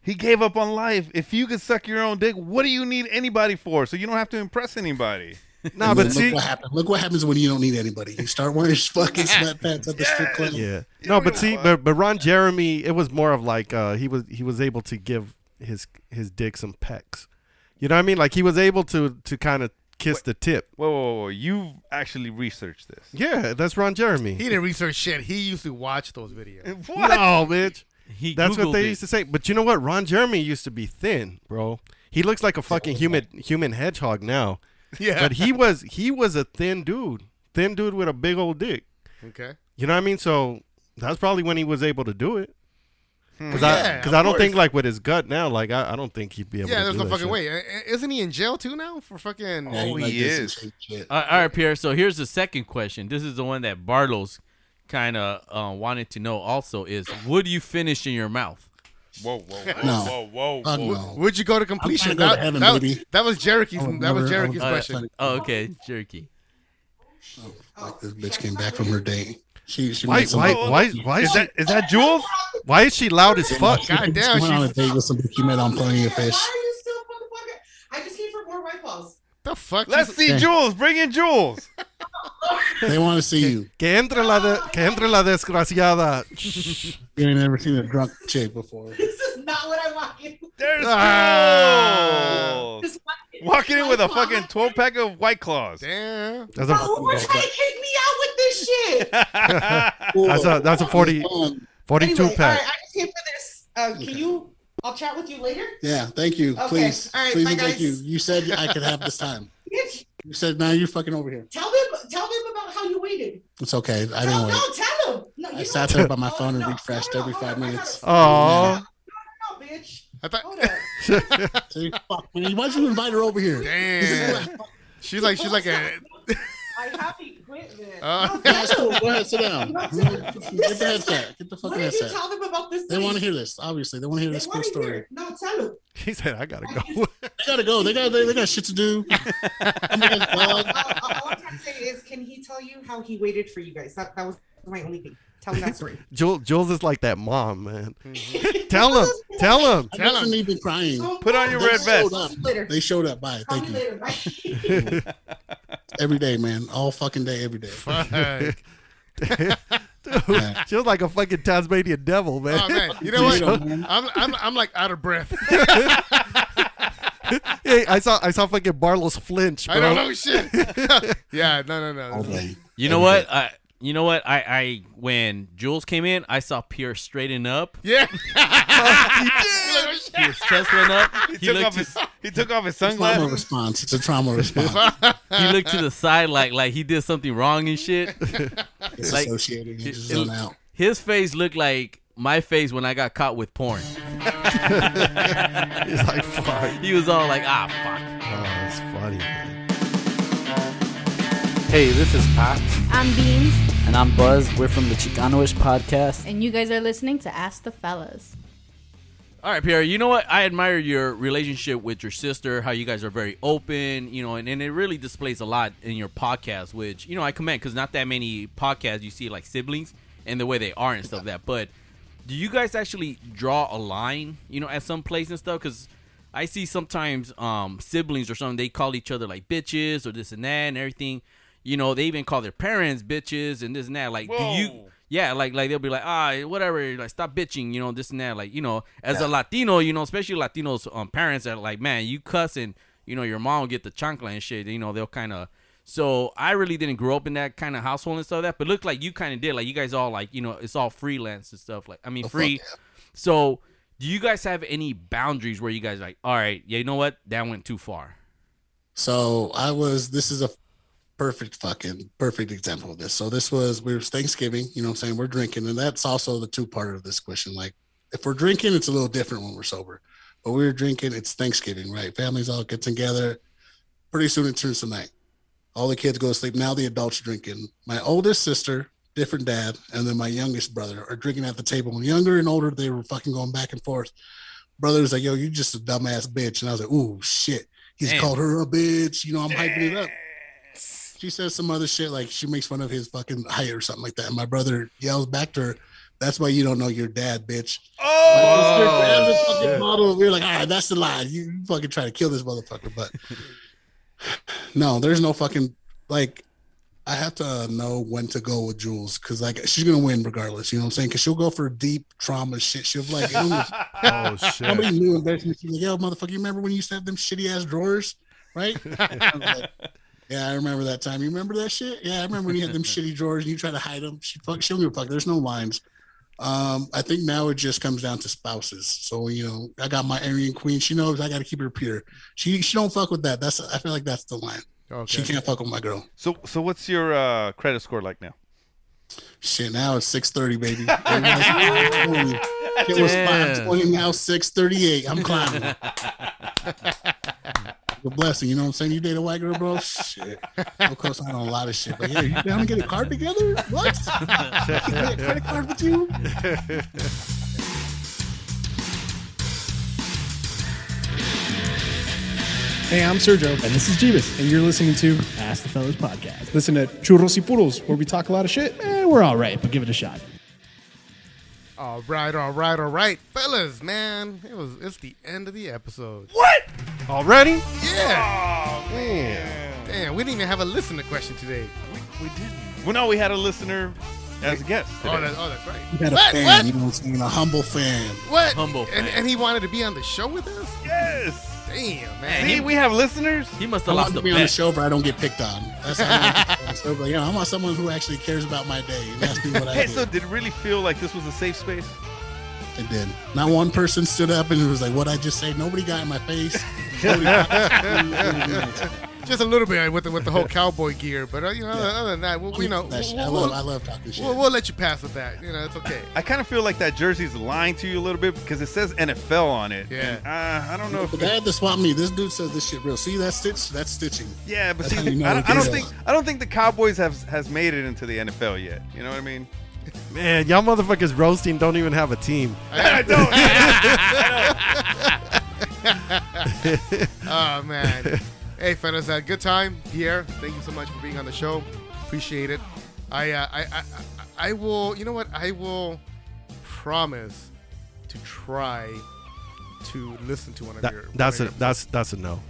Speaker 6: He gave up on life. If you could suck your own dick, what do you need anybody for? So you don't have to impress anybody.
Speaker 9: No, but look what happens. Look what happens when you don't need anybody. You start wearing fucking sweatpants at the strip club.
Speaker 7: Yeah. No, but see, but, but Ron Jeremy, it was more of like uh, he was he was able to give his his dick some pecks. You know what I mean? Like he was able to to kind of kiss the tip.
Speaker 6: Whoa, whoa, whoa! You've actually researched this.
Speaker 7: Yeah, that's Ron Jeremy.
Speaker 8: He didn't research shit. He used to watch those videos.
Speaker 7: No, bitch.
Speaker 5: He
Speaker 7: That's what
Speaker 5: Googled
Speaker 7: they
Speaker 5: it.
Speaker 7: used to say. But you know what? Ron Jeremy used to be thin, bro. He looks like a fucking human human hedgehog now.
Speaker 8: Yeah.
Speaker 7: But he was he was a thin dude, thin dude with a big old dick.
Speaker 8: Okay.
Speaker 7: You know what I mean? So that's probably when he was able to do it. Because
Speaker 8: Hmm. Yeah,
Speaker 7: I because
Speaker 8: of
Speaker 7: I don't think
Speaker 8: course.
Speaker 7: like with his gut now, like I, I don't think he'd be able.
Speaker 8: Yeah,
Speaker 7: to
Speaker 8: there's
Speaker 7: do
Speaker 8: no
Speaker 7: that
Speaker 8: fucking
Speaker 7: shit.
Speaker 8: way. I- I- Isn't he in jail too now for fucking?
Speaker 6: Oh,
Speaker 8: Uh,
Speaker 5: All right, all right, Pierre. So here's the second question. This is the one that Bartles kind of uh, wanted to know. Also, is would you finish in your mouth?
Speaker 6: Whoa, whoa, whoa,
Speaker 8: No.
Speaker 6: whoa, whoa!
Speaker 8: Fuck
Speaker 6: whoa.
Speaker 8: no. Would you go to completion?
Speaker 6: I'm trying to go
Speaker 8: That-
Speaker 6: to heaven,
Speaker 8: that was-
Speaker 6: baby.
Speaker 8: that was Cherokee's-
Speaker 9: I would
Speaker 8: that was
Speaker 9: never- I would
Speaker 8: Cherokee's
Speaker 9: never
Speaker 8: question.
Speaker 9: try to-
Speaker 5: Oh, okay, Cherokee.
Speaker 9: oh, Like this bitch came back from her date. She, she
Speaker 7: Why
Speaker 9: met some-
Speaker 7: why why why is that is that Jules? Why is she loud as fuck?
Speaker 9: She went on a date with some bitch she met on Plenty of Fish.
Speaker 17: I just came for more white balls.
Speaker 8: The fuck?
Speaker 6: Let's see
Speaker 9: Yeah.
Speaker 6: Jules. Bring in Jules.
Speaker 9: They want to see you.
Speaker 7: Que entre la de, que entre la desgraciada. Shh.
Speaker 9: You ain't never seen a drunk chick before.
Speaker 17: This is not what I wanted.
Speaker 6: There's Jules.
Speaker 8: Ah.
Speaker 17: This one-
Speaker 6: Walking in with a
Speaker 17: White Claw.
Speaker 6: fucking 12 pack of White Claws.
Speaker 8: Damn.
Speaker 7: That's
Speaker 17: Bro, who are
Speaker 7: a
Speaker 17: trying to kick me out with this shit?
Speaker 7: that's a that's a 40, 42
Speaker 17: Anyway,
Speaker 7: pack.
Speaker 17: All right, I just came for this. Uh, Can you? I'll chat with you later.
Speaker 9: Yeah, thank you.
Speaker 17: Okay,
Speaker 9: Please,
Speaker 17: all right,
Speaker 9: please,
Speaker 17: bye,
Speaker 9: and thank
Speaker 17: guys.
Speaker 9: you. You said I could have this time.
Speaker 17: Bitch,
Speaker 9: You said now you're fucking over here.
Speaker 17: tell them. Tell them about how you waited.
Speaker 9: It's okay. I
Speaker 17: No,
Speaker 9: didn't
Speaker 17: no,
Speaker 9: wait.
Speaker 17: tell them. No, you
Speaker 9: I
Speaker 17: know
Speaker 9: sat
Speaker 17: what?
Speaker 9: there by my
Speaker 17: No,
Speaker 9: phone and
Speaker 17: no,
Speaker 9: refreshed
Speaker 17: no,
Speaker 9: every
Speaker 17: hold
Speaker 9: five
Speaker 17: on, I gotta-
Speaker 9: minutes.
Speaker 7: Aw.
Speaker 17: No, bitch.
Speaker 8: I thought.
Speaker 17: Hold up.
Speaker 9: See, fuck, man. Why'd you invite her over here?
Speaker 8: Damn. she's like she's like a.
Speaker 17: I happy quit, man.
Speaker 8: Uh,
Speaker 9: Yeah, it's cool. Go ahead, sit down.
Speaker 17: No,
Speaker 9: Get
Speaker 17: tell them.
Speaker 9: the headset. Get the
Speaker 17: What
Speaker 9: fucking
Speaker 17: did you
Speaker 9: headset.
Speaker 17: tell them about this?
Speaker 9: They
Speaker 17: thing?
Speaker 9: want to hear this. Obviously, they want to hear
Speaker 17: They
Speaker 9: this cool
Speaker 17: wanna hear
Speaker 9: story.
Speaker 17: it. No, tell them.
Speaker 7: He said, "I gotta go."
Speaker 9: They gotta go. They got they, they got shit to do.
Speaker 17: All I'm trying to say is, can he tell you how he waited for you guys? That that was my only thing. Tell him that story.
Speaker 7: Jules, Jules is like that mom, man.
Speaker 8: Hmm.
Speaker 7: tell him, tell him.
Speaker 9: Tell them. Even crying.
Speaker 6: Put on your
Speaker 9: They
Speaker 6: red
Speaker 9: showed
Speaker 6: vest.
Speaker 9: up.
Speaker 17: Later.
Speaker 9: They showed up. Bye.
Speaker 17: Call
Speaker 9: Thank
Speaker 17: me
Speaker 9: you.
Speaker 17: later. Bye.
Speaker 9: Every day, man. All fucking day. Every day.
Speaker 8: Fuck.
Speaker 7: Dude, she was like a fucking Tasmanian devil, man.
Speaker 8: Oh man, you know what?
Speaker 7: Jules-
Speaker 8: I'm, I'm, I'm like out of breath.
Speaker 7: hey, I saw I saw fucking Barlos flinch, bro.
Speaker 8: I don't know oh, shit. yeah, no, no, no.
Speaker 5: You know what? I you know what? I I when Jules came in, I saw Pierre straighten up.
Speaker 8: Yeah.
Speaker 5: His chest went up. He,
Speaker 6: took
Speaker 5: looked
Speaker 6: off
Speaker 5: to,
Speaker 6: his, he took off his
Speaker 9: Trauma
Speaker 6: sunglasses.
Speaker 9: response. It's a trauma response.
Speaker 5: he looked to the side like like he did something wrong and shit.
Speaker 9: It's associating. It's
Speaker 5: it-
Speaker 9: zone out.
Speaker 5: His face looked like my face when I got caught with porn.
Speaker 7: He's like, fuck.
Speaker 5: He was all like, ah, fuck.
Speaker 7: Oh, that's funny. Man.
Speaker 18: Hey, this is Pat.
Speaker 19: I'm Beans,
Speaker 18: And I'm Buzz. We're from the Chicanoish podcast.
Speaker 19: and you guys are listening to Ask the Fellas.
Speaker 5: All right, Pierre. You know what? I admire your relationship with your sister. How you guys are very open. You know, and, and it really displays a lot in your podcast, which you know I commend because not that many podcasts you see like siblings and the way they are and stuff like that. But do you guys actually draw a line? You know, at some place and stuff because. I see sometimes um, siblings or something they call each other like bitches or this and that and everything. You know, they even call their parents bitches and this and that. Like, do you yeah, like like they'll be like, ah, whatever, like stop bitching, you know, this and that. Like, you know, as
Speaker 20: Yeah.
Speaker 5: a Latino, you know, especially Latinos um parents are like, man, you cuss and you know, your mom will get the chancla and shit, you know, they'll kinda so I really didn't grow up in that kind of household and stuff like that, but look like you kinda did. Like you guys all like, you know, it's all freelance and stuff. Like I mean
Speaker 20: Oh, fuck
Speaker 5: free.
Speaker 20: yeah.
Speaker 5: So do you guys have any boundaries where you guys like, all right, yeah, you know what? That went too far.
Speaker 9: So I was, this is a perfect fucking, perfect example of this. So this was, we was Thanksgiving, you know what I'm saying? We're drinking. And that's also the two part of this question. Like, if we're drinking, it's a little different when we're sober. But we were drinking, it's Thanksgiving, right? Families all get together. Pretty soon it turns to night. All the kids go to sleep. Now the adults are drinking. My oldest sister, different dad, and then my youngest brother are drinking at the table. When younger and older, they were fucking going back and forth. Brother was like, yo, you just a dumbass bitch. And I was like, ooh, shit. He's
Speaker 20: Damn.
Speaker 9: called her a bitch. You know, I'm hyping it up. She says some other shit like she makes fun of his fucking height or something like that. And my brother yells back to her, that's why you don't know your dad, bitch. My sister grabs the fucking bottle. We were like, all right, that's the lie. You fucking try to kill this motherfucker. But no, there's no fucking like. I have to know when to go with Jules because like she's gonna win regardless. You know what I'm saying? Because she'll go for deep trauma shit. She'll be like,
Speaker 20: Oh, shit.
Speaker 9: How many new investments? She's like, yo, motherfucker, you remember when you used to have them shitty ass drawers, right? I was like, yeah, I remember that time. You remember that shit? Yeah, I remember when you had them shitty drawers and you try to hide them. She fuck, she don't give a fuck. There's no lines. Um, I think now it just comes down to spouses. So you know, I got my Aryan queen. She knows I got to keep her pure. She she don't fuck with that. That's I feel like that's the line. She can't fuck with my girl.
Speaker 6: So so what's your uh, credit score like now?
Speaker 9: Shit, now it's six thirty, baby. It was, it was
Speaker 6: Damn.
Speaker 9: five twenty, now six thirty eight. I'm climbing. It's a blessing, you know what I'm saying? You date a white girl, bro. Shit, of course I on a lot of shit, but yeah, you down to get a card together? What? You get a credit card with you?
Speaker 21: Hey, I'm Sergio. And this is Jeebus. And you're listening to Ask the Fellas Podcast. Listen to Churros y Puros, where we talk a lot of shit. Eh, we're all right, but give it a shot.
Speaker 8: All right, all right, all right, fellas, man. It was it's the end of the episode. What?
Speaker 6: Already?
Speaker 8: Yeah. man. Damn, we didn't even have a listener question today. We, we didn't.
Speaker 6: Well, no, we had a listener as a guest.
Speaker 8: Oh,
Speaker 6: today.
Speaker 8: that, oh, that's right.
Speaker 9: You got a
Speaker 8: What?
Speaker 9: fan,
Speaker 8: What?
Speaker 9: you know what I'm saying? A humble fan.
Speaker 8: What?
Speaker 9: Humble
Speaker 8: And,
Speaker 9: fan.
Speaker 8: and he wanted to be on the show with us.
Speaker 6: Yes.
Speaker 8: Damn, man.
Speaker 6: See, we have listeners.
Speaker 5: He must
Speaker 9: I want to be on the show, but I don't get picked on. That's how I'm so, but, you know, I want someone who actually cares about my day. And that's what I
Speaker 6: hey,
Speaker 9: do.
Speaker 6: so did it really feel like this was a safe space?
Speaker 9: It did. Not one person stood up and was like, "What I just say?" Nobody got in my face. Nobody got-
Speaker 8: Just a little bit uh, with the, with the whole cowboy gear, but uh, you know, other- other than that, we, we know.
Speaker 9: That shit- I
Speaker 8: we'll-
Speaker 9: love-
Speaker 8: we'll-
Speaker 9: I love talking shit.
Speaker 8: We'll, we'll let you pass with that. You know, it's okay.
Speaker 6: I kind of feel like that jersey's lying to you a little bit because it says NFL on it. Yeah. uh, I don't know if
Speaker 9: the guy at the swap meet. This dude says this shit real. See that stitch? That's stitching.
Speaker 6: Yeah, but
Speaker 9: That's
Speaker 6: see,
Speaker 9: how you know
Speaker 6: I, don't,
Speaker 9: it
Speaker 6: I don't
Speaker 9: is.
Speaker 6: think I don't think the Cowboys have has made it into the NFL yet. You know what I mean?
Speaker 7: Man, y'all motherfuckers roasting don't even have a team.
Speaker 6: I don't.
Speaker 8: oh man. Hey fellas, uh, good time. Pierre, thank you so much for being on the show. Appreciate it. I, uh, I, I, I, I will. You know what? I will promise to try to listen to one of
Speaker 7: That-
Speaker 8: your.
Speaker 7: that's a that's that's a no.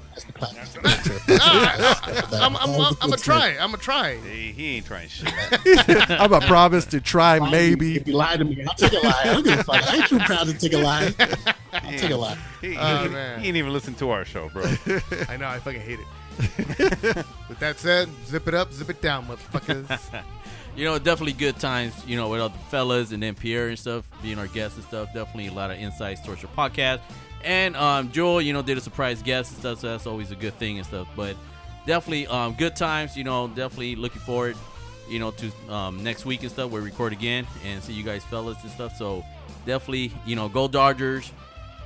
Speaker 8: I'm, I'm, I'm, I'm a try. I'm a try.
Speaker 6: He, he ain't trying shit.
Speaker 7: I'm a promise to try, maybe.
Speaker 9: If you lie to me, I'll take a lie. I don't give a fuck. I ain't too proud to take a lie. I'll take a lie.
Speaker 6: He, he-
Speaker 8: Oh,
Speaker 6: he
Speaker 8: man.
Speaker 6: ain't even listen to our show, bro.
Speaker 8: I know. I fucking hate it. With that said, zip it up, zip it down, motherfuckers.
Speaker 5: you know, definitely good times, you know, with other fellas and then Pierre and stuff, being our guests and stuff. Definitely a lot of insights towards your podcast. And um, Joel, you know, did a surprise guest and stuff, so that's always a good thing and stuff. But definitely um, good times, you know, definitely looking forward, you know, to um, next week and stuff. We'll record again and see you guys fellas and stuff. So definitely, you know, go Dodgers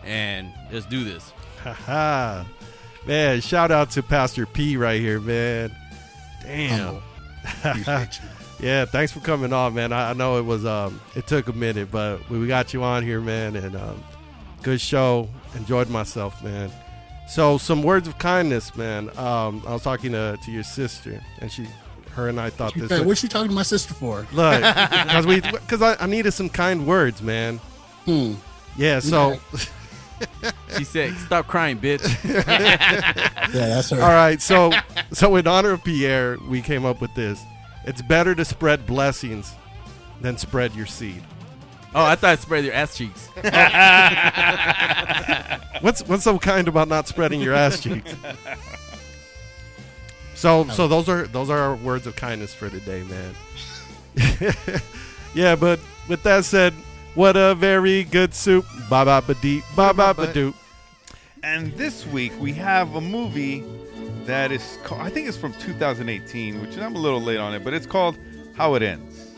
Speaker 5: and let's do this.
Speaker 7: Haha. man, shout out to Pastor P right here, man. Damn.
Speaker 5: Humble.
Speaker 7: yeah, thanks for coming on, man. I, I know it was um it took a minute, but we, we got you on here, man, and um good show. Enjoyed myself, man. So some words of kindness, man. Um I was talking to, to your sister and she her and I thought this
Speaker 9: Hey, what's she talking to my sister for?
Speaker 7: Look, because we because I, I needed some kind words, man.
Speaker 9: Hmm.
Speaker 7: Yeah. So.
Speaker 5: she said, "Stop crying, bitch."
Speaker 9: Yeah, that's her.
Speaker 7: All right. So so in honor of Pierre, we came up with this. It's better to spread blessings Then spread your seed.
Speaker 5: Oh, I thought spread your ass cheeks.
Speaker 7: What's what's so kind about not spreading your ass cheeks? So so those are those are our words of kindness for today, man. yeah, but with that said, what a very good soup. Ba ba ba dee ba ba ba doop.
Speaker 6: And this week we have a movie that is, called, I think it's from 2018, which I'm a little late on it, but it's called How It Ends.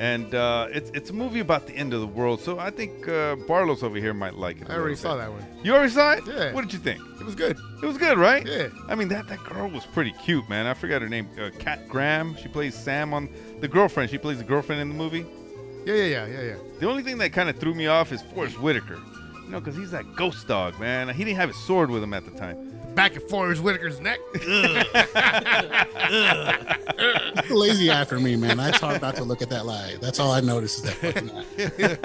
Speaker 6: And uh, it's it's a movie about the end of the world, so I think uh, Barlow's over here might like it.
Speaker 8: I
Speaker 6: a
Speaker 8: already
Speaker 6: little
Speaker 8: saw
Speaker 6: bit.
Speaker 8: that one.
Speaker 6: You already saw it?
Speaker 8: Yeah.
Speaker 6: What did you think?
Speaker 8: It was good.
Speaker 6: It was good, right?
Speaker 8: Yeah.
Speaker 6: I mean that that girl was pretty cute, man. I forgot her name. Uh, Kat Graham. She plays Sam on the girlfriend. She plays the girlfriend in the movie.
Speaker 8: Yeah, yeah, yeah, yeah, yeah.
Speaker 6: The only thing that kind of threw me off is Forrest Whitaker. You know, because he's that ghost dog, man. He didn't have his sword with him at the time.
Speaker 8: Back and forth Whitaker's neck.
Speaker 9: That's a lazy eye for me, man. It's hard not to look at that lie. That's all I noticed is that fucking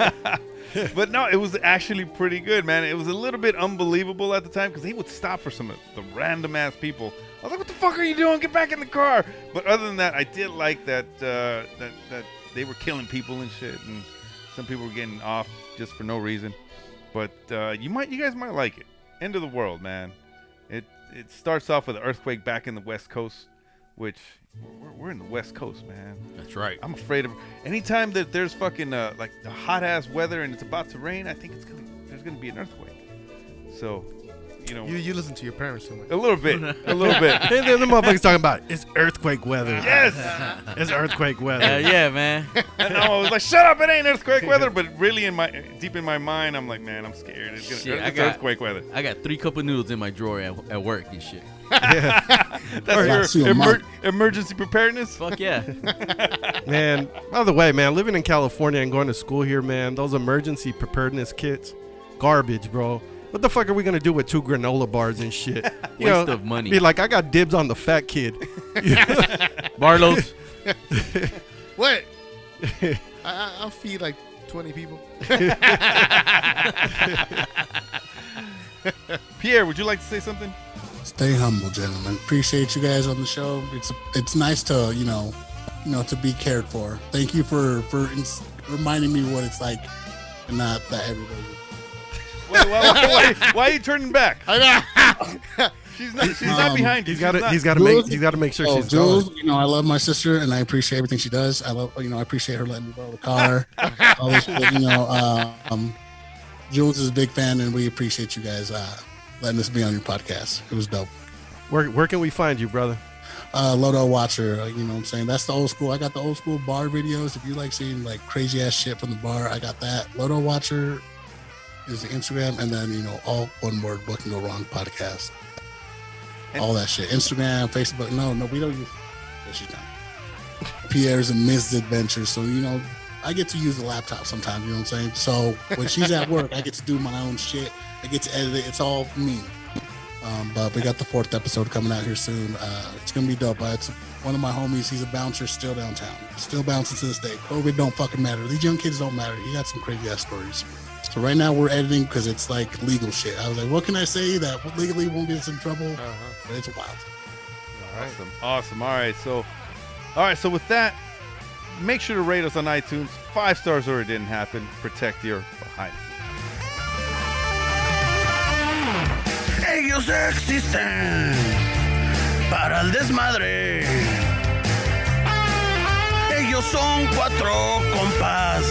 Speaker 9: eye.
Speaker 6: but no, it was actually pretty good, man. It was a little bit unbelievable at the time because he would stop for some of the random ass people. I was like, "What the fuck are you doing? Get back in the car!" But other than that, I did like that uh, that that they were killing people and shit, and some people were getting off just for no reason. But uh, you might, you guys might like it. End of the world, man. It it starts off with an earthquake back in the West Coast, which we're, we're in the West Coast, man.
Speaker 5: That's right.
Speaker 6: I'm afraid of anytime that there's fucking uh, like the hot ass weather and it's about to rain. I think it's gonna there's gonna be an earthquake. So, you know,
Speaker 8: You you listen to your parents too much.
Speaker 6: a little bit, a little bit.
Speaker 7: Then the motherfucker's talking about it's earthquake weather.
Speaker 6: Yes.
Speaker 7: it's earthquake weather.
Speaker 5: Hell yeah, man.
Speaker 6: And I was like, shut up! It ain't earthquake weather. But really, in my deep in my mind, I'm like, man, I'm scared. It's gonna
Speaker 5: Shit,
Speaker 6: it's
Speaker 5: I got
Speaker 6: earthquake weather.
Speaker 5: I got three cup of noodles in my drawer at, at work and shit.
Speaker 6: That's your emer- emergency preparedness.
Speaker 5: Fuck yeah.
Speaker 7: Man, by the way, man, living in California and going to school here, man, those emergency preparedness kits, garbage, bro. What the fuck are we gonna do with two granola bars and shit?
Speaker 5: Waste of money.
Speaker 7: Be like, I got dibs on the fat kid.
Speaker 5: Barlow's.
Speaker 8: what? I, I, I'll feed like 20 people.
Speaker 6: Pierre, would you like to say something?
Speaker 9: Stay humble, gentlemen. Appreciate you guys on the show. It's it's nice to you know, you know, to be cared for. Thank you for for ins- reminding me what it's like, and not that everybody.
Speaker 6: Wait, why, why, why, why are you turning back?
Speaker 8: I
Speaker 6: know. she's not. She's not
Speaker 9: Um,
Speaker 6: behind you.
Speaker 7: He's got
Speaker 6: She's
Speaker 7: to.
Speaker 6: not-
Speaker 7: He's got to make.
Speaker 9: Jules-
Speaker 7: He's got to make sure
Speaker 9: Oh,
Speaker 7: she's
Speaker 9: Jules,
Speaker 7: gone.
Speaker 9: you know, I love my sister and I appreciate everything she does. I love, you know, I appreciate her letting me borrow the car. all this shit, you know, um, Jules is a big fan and we appreciate you guys uh, letting us be on your podcast. It was dope.
Speaker 7: Where Where can we find you, brother?
Speaker 9: Uh, Lodo Watcher, uh, you know what I'm saying? That's the old school. I got the old school bar videos. If you like seeing like crazy ass shit from the bar, I got that. Lodo Watcher is the Instagram and then, you know, all one word, what can go wrong podcast. all that shit. Instagram, Facebook. No, no, we don't use that shit now. Pierre's a misadventure. So, you know, I get to use the laptop sometimes, you know what I'm saying? So when she's at work, I get to do my own shit. I get to edit it. It's all me. Um, but we got the fourth episode coming out here soon. Uh, it's gonna be dope. Uh, it's one of my homies. He's a bouncer still downtown, still bouncing to this day. COVID don't fucking matter. These young kids don't matter. He got some crazy ass stories. So right now we're editing because it's like legal shit. I was like, what can I say that legally won't get us in trouble? But it's wild.
Speaker 6: Awesome. Awesome. All right. So, all right. So with that, make sure to rate us on iTunes. Five stars or it didn't happen. Protect your behind.
Speaker 10: Ellos existen para el desmadre. Ellos son cuatro compas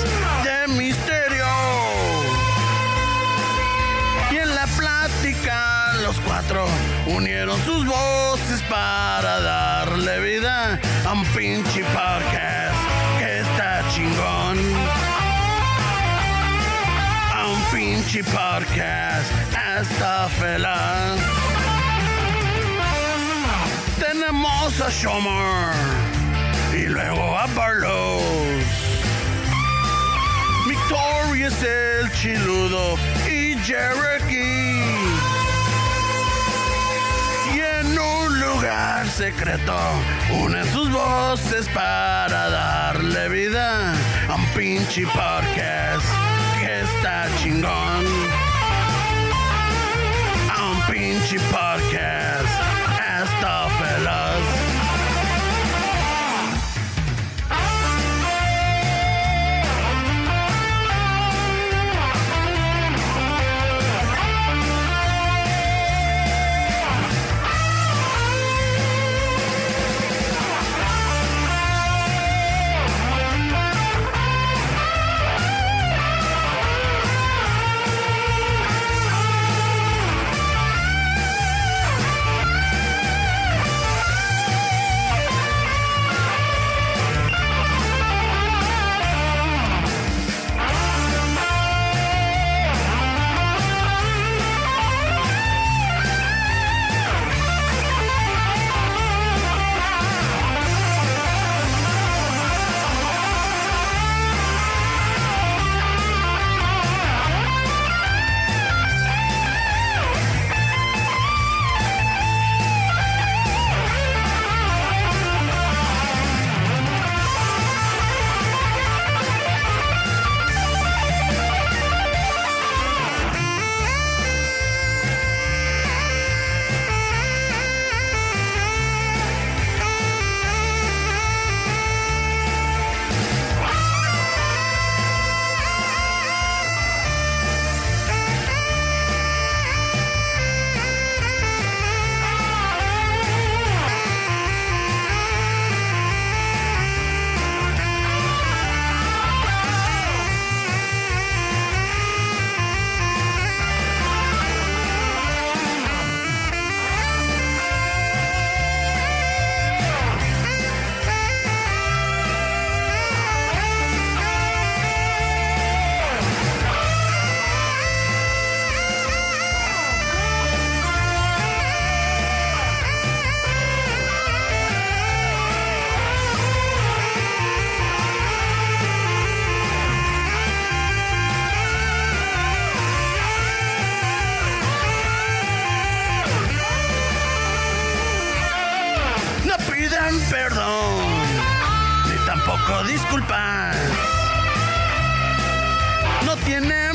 Speaker 10: de misterio. Y en la plática los cuatro unieron sus voces para darle vida a un pinche podcast que está chingón. A un pinche podcast está feliz. Tenemos a Shomer y luego a Barlow. Victoria es el chiludo y Cherokee. Y en un lugar secreto unen sus voces para darle vida a un pinche podcast que está chingón. A un pinche podcast está feroz.
Speaker 5: dan perdón, ni tampoco disculpas. No tiene